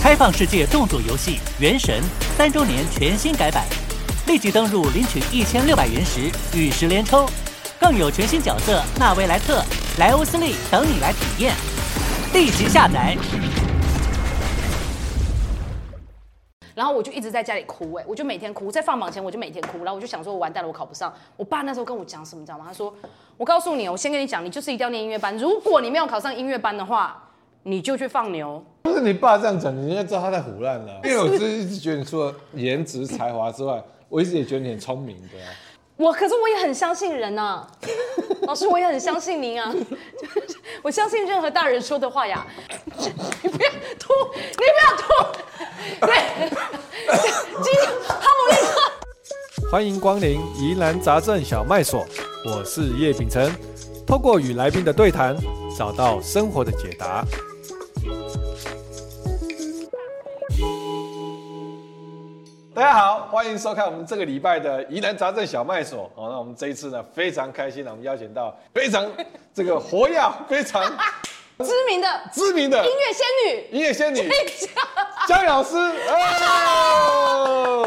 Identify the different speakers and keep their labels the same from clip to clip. Speaker 1: 开放世界动作游戏《原神》三周年全新改版，立即登入领取一千六百原石与十连抽，更有全新角色纳维莱特、莱欧斯利等你来体验。立即下载。
Speaker 2: 然后我就一直在家里哭、哎，我就每天哭，在放榜前我就每天哭，然后我就想说，我完蛋了，我考不上。我爸那时候跟我讲什么，你知道吗？他说，我告诉你，我先跟你讲，你就是一定要念音乐班，如果你没有考上音乐班的话，你就去放牛。
Speaker 3: 不是你爸这样讲，你应该知道他在胡乱
Speaker 4: 啊
Speaker 3: 了。 因为我是一直觉得你除了颜值才华之外， 我一直也觉得你很聪明的、啊。
Speaker 2: 我可是我也很相信人呐、老师我也很相信您啊，就是我相信任何大人说的话呀。你不要吐，你不要吐，对，今天哈姆立克。
Speaker 4: 欢迎光临疑难杂症小卖所，我是叶秉承。透过与来宾的对谈，找到生活的解答。
Speaker 3: 大家好，欢迎收看我们这个礼拜的疑难杂症小卖所。好、那我们这一次呢非常开心啊，我们邀请到非常这个活跃、非常
Speaker 2: 知名的
Speaker 3: 知名的
Speaker 2: 音乐仙女 哎
Speaker 3: 音乐仙女
Speaker 2: 丽江，
Speaker 3: 江哎老师。哦，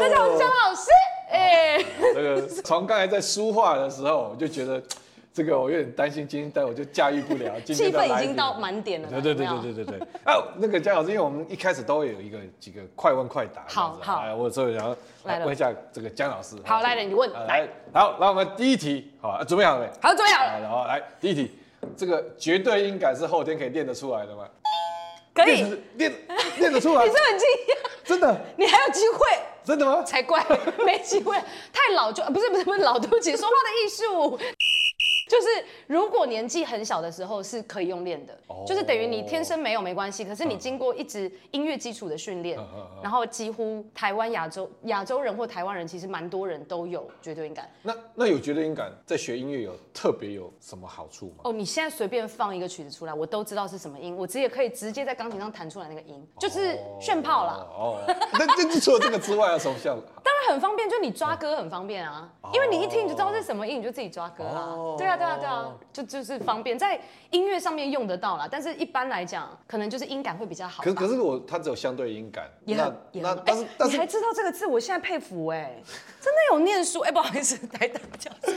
Speaker 2: 大家好，我是江老师。哎、
Speaker 3: 这个从刚才在书画的时候，我就觉得这个我有点担心，今天但我就驾驭 不了。今
Speaker 2: 气
Speaker 3: 天的
Speaker 2: 氛
Speaker 3: 来
Speaker 2: 已经
Speaker 3: 宾
Speaker 2: 到满点了。
Speaker 3: 对对对
Speaker 2: 有没有
Speaker 3: 对对对对。啊，那个江老师，因为我们一开始都会有一个几个快问快答这样子啊。
Speaker 2: 好好
Speaker 3: 哎我所以然后
Speaker 2: 来了
Speaker 3: 问一下这个江老师。
Speaker 2: 好来了你问
Speaker 3: 啊来，好，那我们第一题，好，啊准备好了没？
Speaker 2: 好，准备好
Speaker 3: 好，
Speaker 2: 了，
Speaker 3: 然后来第一题，这个绝对音感是后天可以练得出来的吗？
Speaker 2: 可以。
Speaker 3: 练
Speaker 2: 你是
Speaker 3: 得练练得出来
Speaker 2: 不？是很惊讶，
Speaker 3: 真的
Speaker 2: 你还有机会。
Speaker 3: 真的吗？
Speaker 2: 才怪，没机会，太老就不是不是不是老，对不起，说话的艺术。 就是如果年纪很小的时候是可以用练的，就是等于你天生没有没关系，可是你经过一直音乐基础的训练，然后几乎台湾亚洲亚洲人或台湾人其实蛮多人都有绝对音感。
Speaker 3: 那那有绝对音感在学音乐有特别有什么好处吗？
Speaker 2: 哦，你现在随便放一个曲子出来，我都知道是什么音，我直接可以直接在钢琴上弹出来那个音，就是炫炮啦。
Speaker 3: 哦，那 那除了这个之外，有什么 效果？
Speaker 2: 当然很方便，就你
Speaker 3: 嗯
Speaker 2: 抓歌很方便啊，因为你一听你就知道是什么音，你就自己抓歌啊。
Speaker 3: 哦
Speaker 2: 对啊，对啊，对啊，就就是方便，在音乐上面用得到啦。但是一般来讲，可能就是音感会比较好吧。
Speaker 3: 可是可是我它只有相对音感，
Speaker 2: 也
Speaker 3: 那
Speaker 2: 很也
Speaker 3: 那
Speaker 2: 很好，
Speaker 3: 但是
Speaker 2: 哎
Speaker 3: 但
Speaker 2: 你
Speaker 3: 是
Speaker 2: 还知道这个字，我现在佩服哎、真的有念书哎、不好意思，台大教授。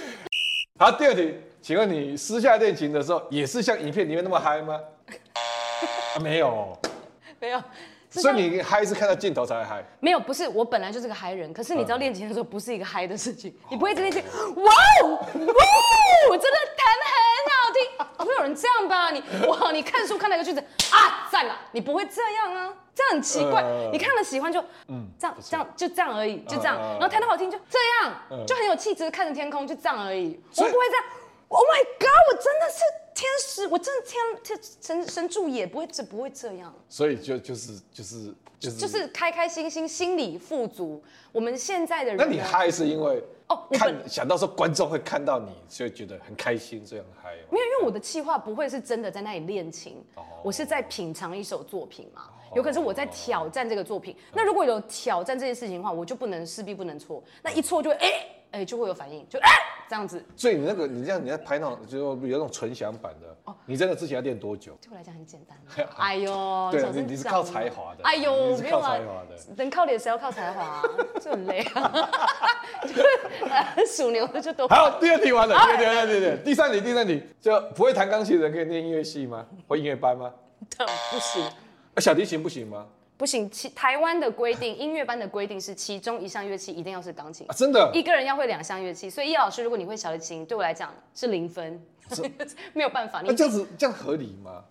Speaker 3: 好，第二题，请问你私下练琴的时候，也是像影片里面那么 嗨吗？啊没有哦，
Speaker 2: 没有。是
Speaker 3: 所
Speaker 2: 像
Speaker 3: 以你嗨是看到镜头才嗨。
Speaker 2: 没有，不是我本来就是个嗨人，可是你知道练琴的时候不是一个嗨的事情，
Speaker 3: 哦
Speaker 2: 你不会真的去哇哦哇哦，真的弹得很好听，不会有人这样吧？你哇，你看书看那个句子啊赞了，你不会这样啊，这样很奇怪
Speaker 3: 呃。
Speaker 2: 你看了喜欢就嗯这样这样就这样而已，就这样，
Speaker 3: 呃
Speaker 2: 然后弹得好听就这样，就很有气质，看着天空就这样而已，我不会这样。Oh my god！我真的是天使，我真的天天神神助也不会这不会这样。
Speaker 3: 所以就就是就是就是
Speaker 2: 就是开开心心，心理富足。我们现在的人
Speaker 3: 那
Speaker 2: 呢，
Speaker 3: 你嗨是因为
Speaker 2: 哦我
Speaker 3: 看
Speaker 2: 本
Speaker 3: 想到说观众会看到你，所以觉得很开心，所以很嗨哦。
Speaker 2: 没有，因为我的计划不会是真的在那里练琴，我是在品尝一首作品嘛。
Speaker 3: 哦
Speaker 2: 有可是我在挑战这个作品。那如果有挑战这件事情的话，我就不能势必不能错。那一错就会哎哎、就会有反应，就哎、这样子。
Speaker 3: 所以你那个你这样你在拍那种就是有那种纯享版的，你真的之前要练多久？
Speaker 2: 对我来讲很简 单。哎呦，
Speaker 3: 对啊
Speaker 2: 小声
Speaker 3: 你你是
Speaker 2: 讲
Speaker 3: 靠才华的
Speaker 2: 哎呦，
Speaker 3: 你是
Speaker 2: 没有啊
Speaker 3: 靠才华的，
Speaker 2: 能靠脸谁要靠才华、啊？就很累啊， 就是 呃属牛的就都
Speaker 3: 好，第二题完了，第二题，第二题，第二题第三题，第三题，就不会弹钢琴的人可以念音乐系吗？或音乐班吗？
Speaker 2: 不行。
Speaker 3: 啊小提琴不行吗？
Speaker 2: 不行，其台湾的规定，音乐班的规定是其中一项乐器一定要是钢琴
Speaker 3: 啊，，真的
Speaker 2: 一个人要会两项乐器。所以叶老师，如果你会小提琴，对我来讲是零分， 没有办法。
Speaker 3: 那
Speaker 2: 你
Speaker 3: 这样子这样合理吗？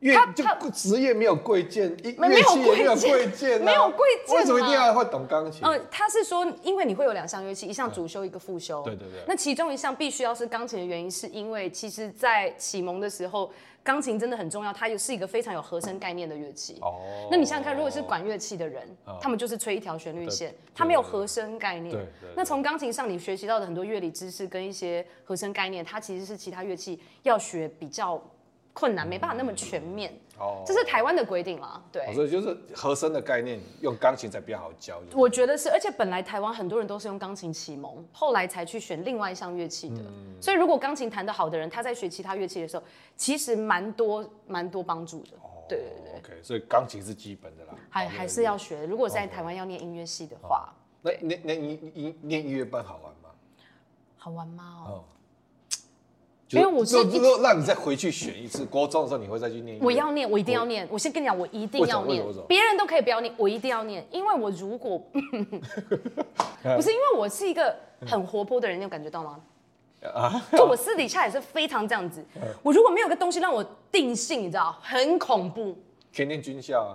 Speaker 3: 乐
Speaker 2: 他
Speaker 3: 就
Speaker 2: 他
Speaker 3: 职业没有贵贱，音
Speaker 2: 没
Speaker 3: 乐器也
Speaker 2: 没
Speaker 3: 没有
Speaker 2: 有贵
Speaker 3: 贵贱啊，
Speaker 2: 没有贵贱嘛
Speaker 3: 为什么一定要会懂钢琴？
Speaker 2: 呃，他是说，因为你会有两项乐器，一项主修，一个副修。
Speaker 3: 嗯对对对
Speaker 2: 那其中一项必须要是钢琴的原因，是因为其实，在启蒙的时候，钢琴真的很重要，它也是一个非常有和声概念的乐器。
Speaker 3: 哦嗯
Speaker 2: 那你想想看，如果是管乐器的人，他们就是吹一条旋律线，他没有和声概念。
Speaker 3: 对对对
Speaker 2: 那从钢琴上你学习到的很多乐理知识跟一些和声概念，它其实是其他乐器要学比较困难，没办法那么全面。
Speaker 3: 哦
Speaker 2: 这是台湾的规定啦，对。
Speaker 3: 哦所以就是和声的概念，用钢琴才比较好教。就是
Speaker 2: 我觉得是，而且本来台湾很多人都是用钢琴启蒙，后来才去选另外一项乐器的。所以如果钢琴弹得好的人，他在学其他乐器的时候，其实蛮多蛮多帮助的。对对对，
Speaker 3: OK，所以钢琴是基本的啦，
Speaker 2: 还
Speaker 3: 哦
Speaker 2: 还是要学。如果在台湾要念音乐系的话，
Speaker 3: 那那那你你念音乐班好玩吗？
Speaker 2: 好玩吗？哦，
Speaker 3: 哦，
Speaker 2: 因为我是
Speaker 3: 如果让你再回去选一次，国中的时候你会再去念音乐？
Speaker 2: 我要念，我一定要念。我先跟你讲，我一定要
Speaker 3: 为什
Speaker 2: 念
Speaker 3: 么为什么。
Speaker 2: 别人都可以不要念，我一定要念，因为我如果不是因为我是一个很活泼的人，你有感觉到吗？
Speaker 3: 啊，
Speaker 2: 就我私底下也是非常这样子。我如果没有个东西让我定性，你知道，很恐怖。
Speaker 3: 可以念军校啊。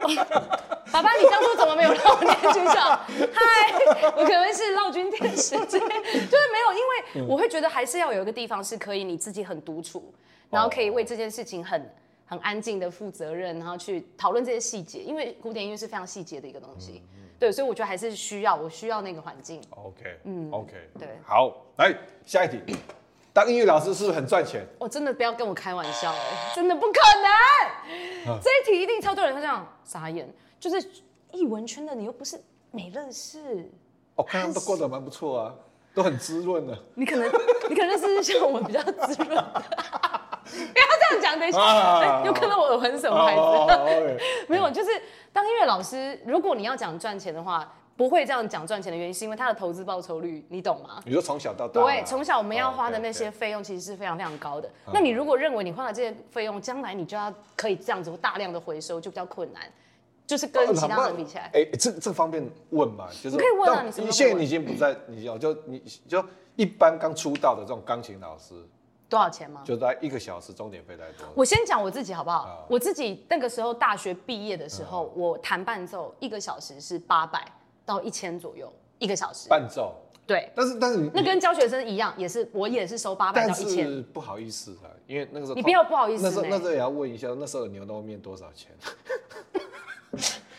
Speaker 2: 爸爸，你当初怎么没有让我念军校？嗨，我可能是绕军电视之类，就是没有，因为我会觉得还是要有一个地方是可以你自己很独处，然后可以为这件事情很很安静的负责任，然后去讨论这些细节，因为古典音乐是非常细节的一个东西。对，所以我觉得还是需要，我需要那个环境。
Speaker 3: OK，嗯，OK，
Speaker 2: 对
Speaker 3: 好，来下一题，当音乐老师是不是很赚钱？
Speaker 2: 我哦真的不要跟我开玩笑哎，真的不可能！ 这一题一定超多人会这样傻眼，就是艺文圈的你又不是没认识，
Speaker 3: 我哦看他们都过得蛮不错啊，都很滋润的。
Speaker 2: 你可能你可能是像我比较滋润 的。不要这样讲，等一下、
Speaker 3: 啊
Speaker 2: 哎又看到我耳环什么牌子？
Speaker 3: 哦
Speaker 2: 没有，就是当音乐老师，如果你要讲赚钱的话，不会这样讲赚钱的原因，是因为他的投资报酬率，你懂吗？
Speaker 3: 你说从小到大啊，
Speaker 2: 对，从小我们要花的那些
Speaker 3: 哦嗯
Speaker 2: 费用其实是非常非常高的。那你如果认为你花了这些费用，将来你就要可以这样子大量的回收，就比较困难，就是
Speaker 3: 对
Speaker 2: 跟
Speaker 3: 对
Speaker 2: 其他人
Speaker 3: 哦
Speaker 2: 比起来。
Speaker 3: 哎，这这方面问嘛，就
Speaker 2: 你
Speaker 3: 是
Speaker 2: 可以问啊
Speaker 3: 但
Speaker 2: 你什么都可以问
Speaker 3: 现在你已经不在，你有就你就一般刚出道的这种钢琴老师，
Speaker 2: 多少钱吗？
Speaker 3: 就在一个小时钟点费来多。
Speaker 2: 我先讲我自己好不好
Speaker 3: 好？
Speaker 2: 我自己那个时候大学毕业的时
Speaker 3: 啊
Speaker 2: 候，我弹伴奏一个小时是八百到一千左右一个小时。
Speaker 3: 伴奏，
Speaker 2: 对，
Speaker 3: 但是但是你
Speaker 2: 那跟教学生一样，也是我也是收八百
Speaker 3: 但
Speaker 2: 到一千。
Speaker 3: 是不好意思啊，因为那个时候
Speaker 2: 你不要不好意思
Speaker 3: 那时候
Speaker 2: 呢
Speaker 3: 那时候也要问一下，那时候的牛肉面多少 钱？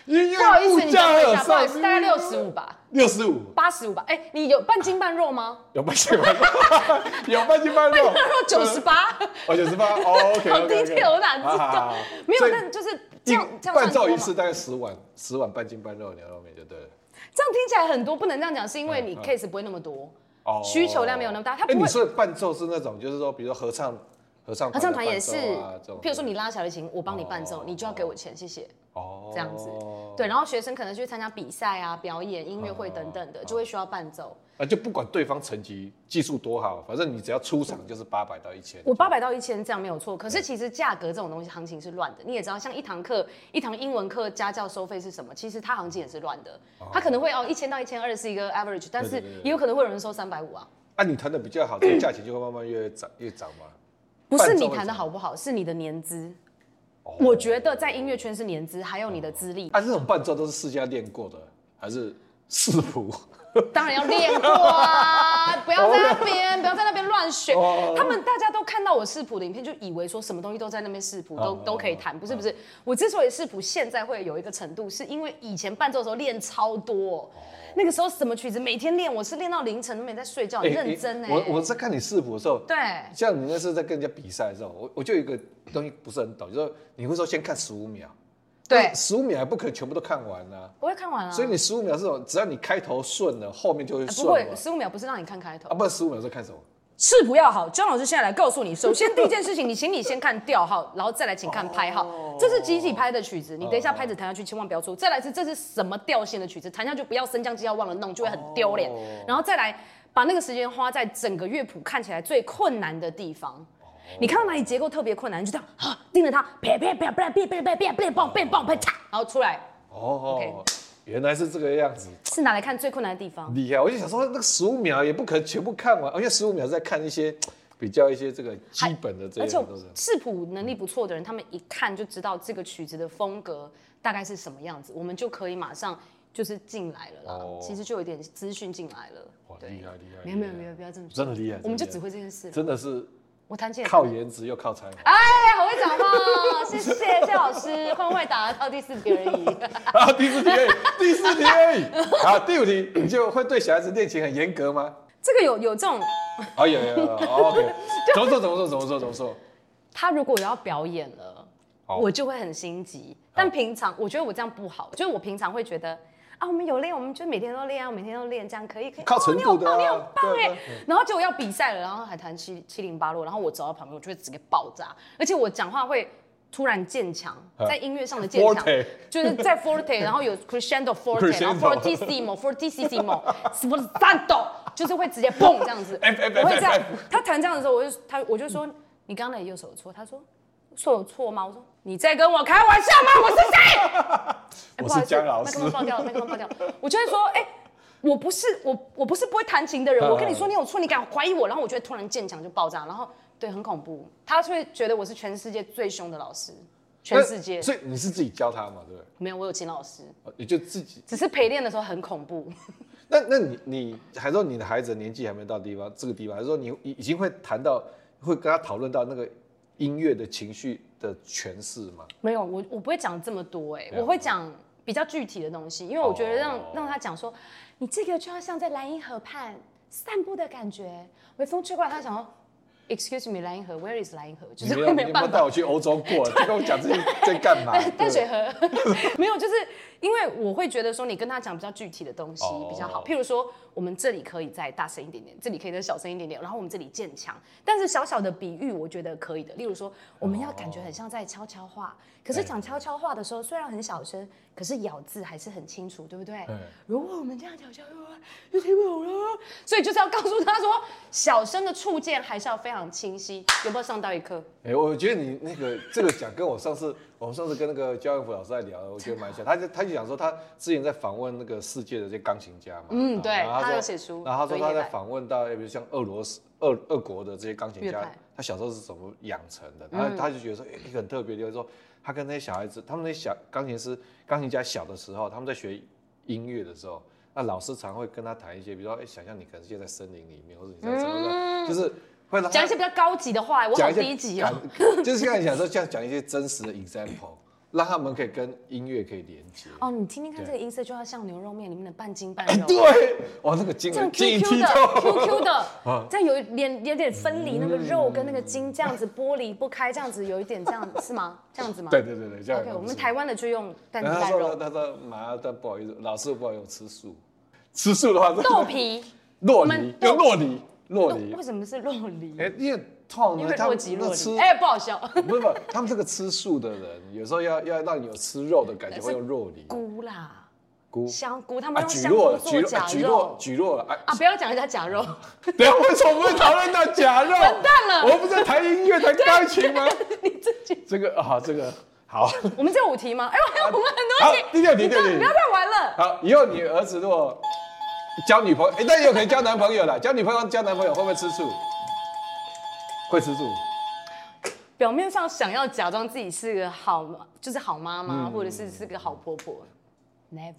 Speaker 3: 因为
Speaker 2: 不好意思，
Speaker 3: 物
Speaker 2: 你
Speaker 3: 价
Speaker 2: 等我一下，
Speaker 3: 有
Speaker 2: 不好意思，
Speaker 3: 上
Speaker 2: 大概六十五吧，
Speaker 3: 六十五，
Speaker 2: 八十五吧。哎，你有半斤半肉吗？
Speaker 3: 有半斤 半肉，有半斤半肉，
Speaker 2: 半肉九十八。
Speaker 3: 哦，九十八，OK，
Speaker 2: 好 detail，我哪知
Speaker 3: 啊
Speaker 2: 道？没有，但
Speaker 3: 那
Speaker 2: 就是这样这样
Speaker 3: 半
Speaker 2: 算
Speaker 3: 照
Speaker 2: 多
Speaker 3: 一
Speaker 2: 吗？
Speaker 3: 次大概十碗，十碗半斤半肉的牛肉面就对了。
Speaker 2: 这样听起来很多，不能这样讲，是因为
Speaker 3: 嗯
Speaker 2: 你 case 不会那么多，
Speaker 3: 哦
Speaker 2: 需求量没有那么大它不
Speaker 3: 哎
Speaker 2: 会
Speaker 3: 你说的伴奏是那种，就是说，比如说合唱，合唱
Speaker 2: 合唱团也是
Speaker 3: 的伴奏啊这种，
Speaker 2: 譬如说你拉小提琴，我帮你伴奏
Speaker 3: 哦，
Speaker 2: 你就要给我钱，谢谢，
Speaker 3: 哦
Speaker 2: 这样子。对，然后学生可能去参加比赛啊、表演、音乐会等等
Speaker 3: 嗯
Speaker 2: 的，就会需要伴奏。
Speaker 3: 啊，就不管对方成绩技术多好，反正你只要出场就是八百到一千。
Speaker 2: 我八百到一千这样没有错，可是其实价格这种东西行情是乱的，你也知道，像一堂课一堂英文课家教收费是什么，其实它行情也是乱的，它可能会哦一千到一千二是一个 average，但
Speaker 3: 对
Speaker 2: 是
Speaker 3: 对对对
Speaker 2: 也有可能会有人收三百五啊。
Speaker 3: 啊，你弹的比较好，这个价钱就会慢慢越涨越涨嘛。
Speaker 2: 不是
Speaker 3: 伴奏
Speaker 2: 你
Speaker 3: 会
Speaker 2: 弹的
Speaker 3: 涨
Speaker 2: 好不好，是你的年资。
Speaker 3: 哦
Speaker 2: 我觉得在音乐圈是年资，还有你的资历，
Speaker 3: 啊，这种伴奏都是私下练过的，还是 视谱？
Speaker 2: 当然要练过啊！不要在那边，不要在那边乱选
Speaker 3: 哦。
Speaker 2: 他们大家都看到我视谱的影片，就以为说什么东西都在那边视谱，都
Speaker 3: 哦
Speaker 2: 都可以弹。不是不是，我之所以视谱现在会有一个程度，是因为以前伴奏的时候练超
Speaker 3: 哦
Speaker 2: 多，那个时候什么曲子每天练，我是练到凌晨都没在睡觉，
Speaker 3: 哎
Speaker 2: 认真哎。
Speaker 3: 我我在看你视谱的时候，
Speaker 2: 对
Speaker 3: 像你那次在跟人家比赛的时候，我我就有一个东西不是很懂，就是你会说先看十五秒，
Speaker 2: 对，
Speaker 3: 十五秒还不可能全部都看完啊。
Speaker 2: 我会看完啊。
Speaker 3: 所以你十五秒这种，只要你开头顺了，后面就会
Speaker 2: 哎
Speaker 3: 顺
Speaker 2: 不会
Speaker 3: 了。
Speaker 2: 十五秒不是让你看开头
Speaker 3: 啊，。不然十五秒是看什么？
Speaker 2: 视谱要好，张老师现在来告诉你，首先第一件事情，你请你先看调号，然后再来请看拍号，这是集体拍的曲子，你等一下拍子弹下去千万不要出。再来是这是什么调性的曲子，弹下去不要升降机要忘了弄，就会很丢脸。然后再来把那个时间花在整个乐谱看起来最困难的地方。你看到哪里结构特别困难，你就这样啊盯着它，啪啪啪啪啪啪啪啪啪棒啪棒啪嚓，然后出来
Speaker 3: 哦原来是这个样子，
Speaker 2: 是拿来看最困难的地方。
Speaker 3: 厉害！我就想说，那个十五秒也不可能全部看完，而且十五秒是在看一些比较一些这个基本的这
Speaker 2: 而且
Speaker 3: 些
Speaker 2: 我
Speaker 3: 都是。嗯
Speaker 2: 视谱能力不错的人，他们一看就知道这个曲子的风格大概是什么样子，我们就可以马上就是进来了啦。
Speaker 3: 哦
Speaker 2: 其实就有点资讯进来了。
Speaker 3: 哇，
Speaker 2: 对
Speaker 3: 厉害厉害！
Speaker 2: 没有没有
Speaker 3: 厉害
Speaker 2: 没有，不要这么说，
Speaker 3: 真的厉害。
Speaker 2: 我们就只
Speaker 3: 真的厉害
Speaker 2: 会这件事了。
Speaker 3: 真的是
Speaker 2: 我弹琴也
Speaker 3: 靠颜值又靠才华。
Speaker 2: 哎，好会讲话哦，谢谢谢谢老师，会不会打到第四题而已？
Speaker 3: 啊，第四题，第四题，好，第五题，你就会对小孩子练琴很严格吗？
Speaker 2: 这个有有这种，
Speaker 3: 哦，有有有有，OK，怎么说怎么说怎么说怎么说？
Speaker 2: 他如果要表演了，
Speaker 3: 好
Speaker 2: 我就会很心急。但平常我觉得我这样不好，就是我平常会觉得啊，我们有练，我们就每天都练啊，我每天都练，这样可以可以。
Speaker 3: 靠程度的啊
Speaker 2: 哦你很棒，你
Speaker 3: 对
Speaker 2: 很棒
Speaker 3: 啊
Speaker 2: 哎。然后结果要比赛了，然后还弹七七零八落，然后我走到旁边，我就会直接爆炸。而且我讲话会突然渐强，
Speaker 3: 嗯
Speaker 2: 在音乐上的渐强
Speaker 3: Forte，
Speaker 2: 就是在 forte，然后有 crescendo forte，然后
Speaker 3: Crescendo
Speaker 2: fortissimo fortissimo 什么 tanto，就是会直接蹦这样子。
Speaker 3: F, F, F,
Speaker 2: 我会这样
Speaker 3: F，
Speaker 2: 他弹这样的时候，我就他我就说你刚才右手有错，他说手有错吗？我说你在跟我开玩笑吗？我是谁？哎
Speaker 3: 我
Speaker 2: 不好
Speaker 3: 是
Speaker 2: 意思
Speaker 3: 姜老
Speaker 2: 麦
Speaker 3: 师
Speaker 2: 克，风爆掉了，麦克风爆掉了。我就会说，哎、我不是我我不是不会弹琴的人，我跟
Speaker 3: 嗯
Speaker 2: 你说你有错，你敢怀疑我，然后我就会突然渐强就爆炸，然后对，很恐怖。他会觉得我是全世界最凶的老师，全世界
Speaker 3: 哎所以你是自己教他嘛，对不对
Speaker 2: 没有我有请老师，？
Speaker 3: 哦你就自己。
Speaker 2: 只是陪练的时候很恐怖。
Speaker 3: 那那你你还说你的孩子年纪还没到地方这个地方，还是说你已已经会谈到会跟他讨论到那个音乐的情绪的诠释吗？
Speaker 2: 没有，我我不会讲这么多哎、
Speaker 3: 了解
Speaker 2: 我会讲比较具体的东西，因为我觉得让、
Speaker 3: 哦
Speaker 2: 让他讲说，你这个就要像在莱茵河畔散步的感觉，微风吹过来，他想说，Excuse me，莱茵河，Where is 莱茵河？就
Speaker 3: 你
Speaker 2: 是
Speaker 3: 没
Speaker 2: 会
Speaker 3: 有
Speaker 2: 没
Speaker 3: 没
Speaker 2: 有
Speaker 3: 有
Speaker 2: 办
Speaker 3: 带
Speaker 2: 法。
Speaker 3: 我去欧洲 过，就跟我讲这些在干嘛？
Speaker 2: 淡水
Speaker 3: 对
Speaker 2: 河 没有，就是因为我会觉得说，你跟他讲比较具体的东西
Speaker 3: 哦
Speaker 2: 比较好。譬如说，我们这里可以再大声一点点，这里可以再小声一点点，然后我们这里渐强。但是小小的比喻，我觉得可以的。例如说，我们要感觉很像在悄悄话，可是讲悄悄话的时候，虽然很小声，可是咬字还是很清楚，对不对
Speaker 3: 对？
Speaker 2: 如果我们这样讲悄悄 话，就听不懂了。所以就是要告诉他说，小声的触键还是要非常清晰。有没有上到一课？
Speaker 3: 哎、我觉得你那个 这个讲跟我上次，我们上次跟那个焦彦甫老师在聊，我觉得 蛮像。他就他就讲说，他之前在访问那个世界的这些钢琴家嘛，
Speaker 2: 嗯
Speaker 3: 啊
Speaker 2: 对
Speaker 3: 然后
Speaker 2: 他
Speaker 3: 说
Speaker 2: 有写书
Speaker 3: 然后他
Speaker 2: 对
Speaker 3: 说他
Speaker 2: 夜
Speaker 3: 在
Speaker 2: 来
Speaker 3: 访问到，比如像俄罗斯、俄俄国的这些钢琴
Speaker 2: 乐
Speaker 3: 家
Speaker 2: 派，嗯
Speaker 3: 他小时候是怎么养成的？然后他就觉得说，哎一个很特别的地方，说哎他跟那些小孩子，他们那些小钢琴师、钢琴家小的时候，他们在学音乐的时候，那老师常会跟他谈一些，比如说，哎、想象你可能现在在森林里面，或者你在什么，就是会让他
Speaker 2: 嗯讲一些比较高级的话，我好
Speaker 3: 讲一些
Speaker 2: 低级哦、
Speaker 3: 感 就是像你讲说，这样讲一些真实的 example，让他们可以跟音乐可以连接。
Speaker 2: 哦，你听听看
Speaker 3: 对啊
Speaker 2: 这个音色，就要像牛肉面里面的半筋半肉，
Speaker 3: 对，哇，那个惊
Speaker 2: 哦这
Speaker 3: 人
Speaker 2: 样
Speaker 3: 晶莹
Speaker 2: QQ
Speaker 3: 剔
Speaker 2: 的
Speaker 3: 透。
Speaker 2: QQ
Speaker 3: 啊
Speaker 2: 的，这样有一点有点分离那个肉
Speaker 3: 嗯
Speaker 2: 跟那个筋，这样子剥离不开，这样子有一点这样是吗？这样子吗？
Speaker 3: 对对对对，这样
Speaker 2: OK，
Speaker 3: 很
Speaker 2: 我们
Speaker 3: 不错
Speaker 2: 台湾的就用半筋
Speaker 3: 然后他
Speaker 2: 半
Speaker 3: 说
Speaker 2: 肉，
Speaker 3: 他说麻但不好意思，老师不好意思，我吃素。吃素的话，
Speaker 2: 豆皮，
Speaker 3: 洛
Speaker 2: 我
Speaker 3: 梨
Speaker 2: 们
Speaker 3: 有洛梨，洛
Speaker 2: 肉
Speaker 3: 梨
Speaker 2: 为。什么是肉梨？
Speaker 3: 哎，因为通
Speaker 2: 因
Speaker 3: 常
Speaker 2: 为
Speaker 3: 呢他
Speaker 2: 若
Speaker 3: 们
Speaker 2: 即
Speaker 3: 那
Speaker 2: 若
Speaker 3: 吃
Speaker 2: 离，哎，不好笑，
Speaker 3: 不是不是，他们这个吃素的人，有时候要要让你有吃肉的感觉，
Speaker 2: 是
Speaker 3: 会用肉梨
Speaker 2: 菇啦，
Speaker 3: 菇
Speaker 2: 香菇，他们
Speaker 3: 啊，
Speaker 2: 用
Speaker 3: 菊
Speaker 2: 香菇
Speaker 3: 络
Speaker 2: 做
Speaker 3: 菊络
Speaker 2: 假
Speaker 3: 哎菊络
Speaker 2: 肉
Speaker 3: 菊络了，哎，
Speaker 2: 啊，不要讲人家假肉，
Speaker 3: 等一下为什么会讨论到假肉？
Speaker 2: 完蛋了
Speaker 3: 我们不是在谈音乐、谈钢琴吗？
Speaker 2: 你自己，
Speaker 3: 这个啊，这个好。
Speaker 2: 我们这有五题吗？哎，我我们很多
Speaker 3: 好
Speaker 2: 题，，
Speaker 3: 第六题，
Speaker 2: 你
Speaker 3: 第
Speaker 2: 不要
Speaker 3: 六
Speaker 2: 不
Speaker 3: 题
Speaker 2: 要。再玩了。
Speaker 3: 好，以后你儿子如果交女朋友，哎，但也有可能交男朋友了。交女朋友、交男朋友会不会吃醋？会吃醋。
Speaker 2: 表面上想要假装自己是个好，就是好妈
Speaker 3: 嗯
Speaker 2: 妈，或者是是个好婆婆，never。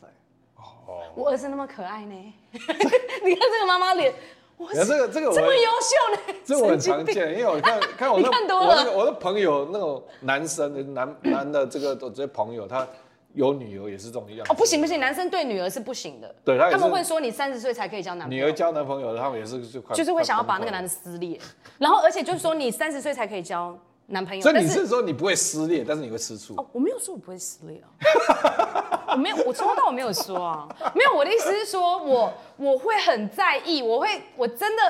Speaker 2: 我
Speaker 3: 哦
Speaker 2: 儿子那么可爱呢， 你看这个妈妈脸，我
Speaker 3: 哎这个这个我
Speaker 2: 这么优秀呢，
Speaker 3: 这我
Speaker 2: 神
Speaker 3: 很
Speaker 2: 经
Speaker 3: 常
Speaker 2: 病
Speaker 3: 见，因为 我看看我那
Speaker 2: 你看多了
Speaker 3: 我那个我的朋友那种男生男男的这个我这些朋友，他有女儿也是这种样子。
Speaker 2: 哦，不行不行，男生对女儿是不行的，
Speaker 3: 对他也是
Speaker 2: 他们会说你三十岁才可以交男朋
Speaker 3: 女
Speaker 2: 友
Speaker 3: 儿，交男朋友，他们也是就快
Speaker 2: 就是会想要把那个
Speaker 3: 快
Speaker 2: 男
Speaker 3: 崩溃
Speaker 2: 的
Speaker 3: 了
Speaker 2: 撕裂，然后而且就是说你三十岁才可以交男朋友，
Speaker 3: 所以
Speaker 2: 但
Speaker 3: 你是说你不会撕裂，但是你会吃醋
Speaker 2: 哦，我没有说我不会撕裂啊， 我没有，我从头到尾没有说啊，没有。我的意思是说我我会很在意，我会，我真的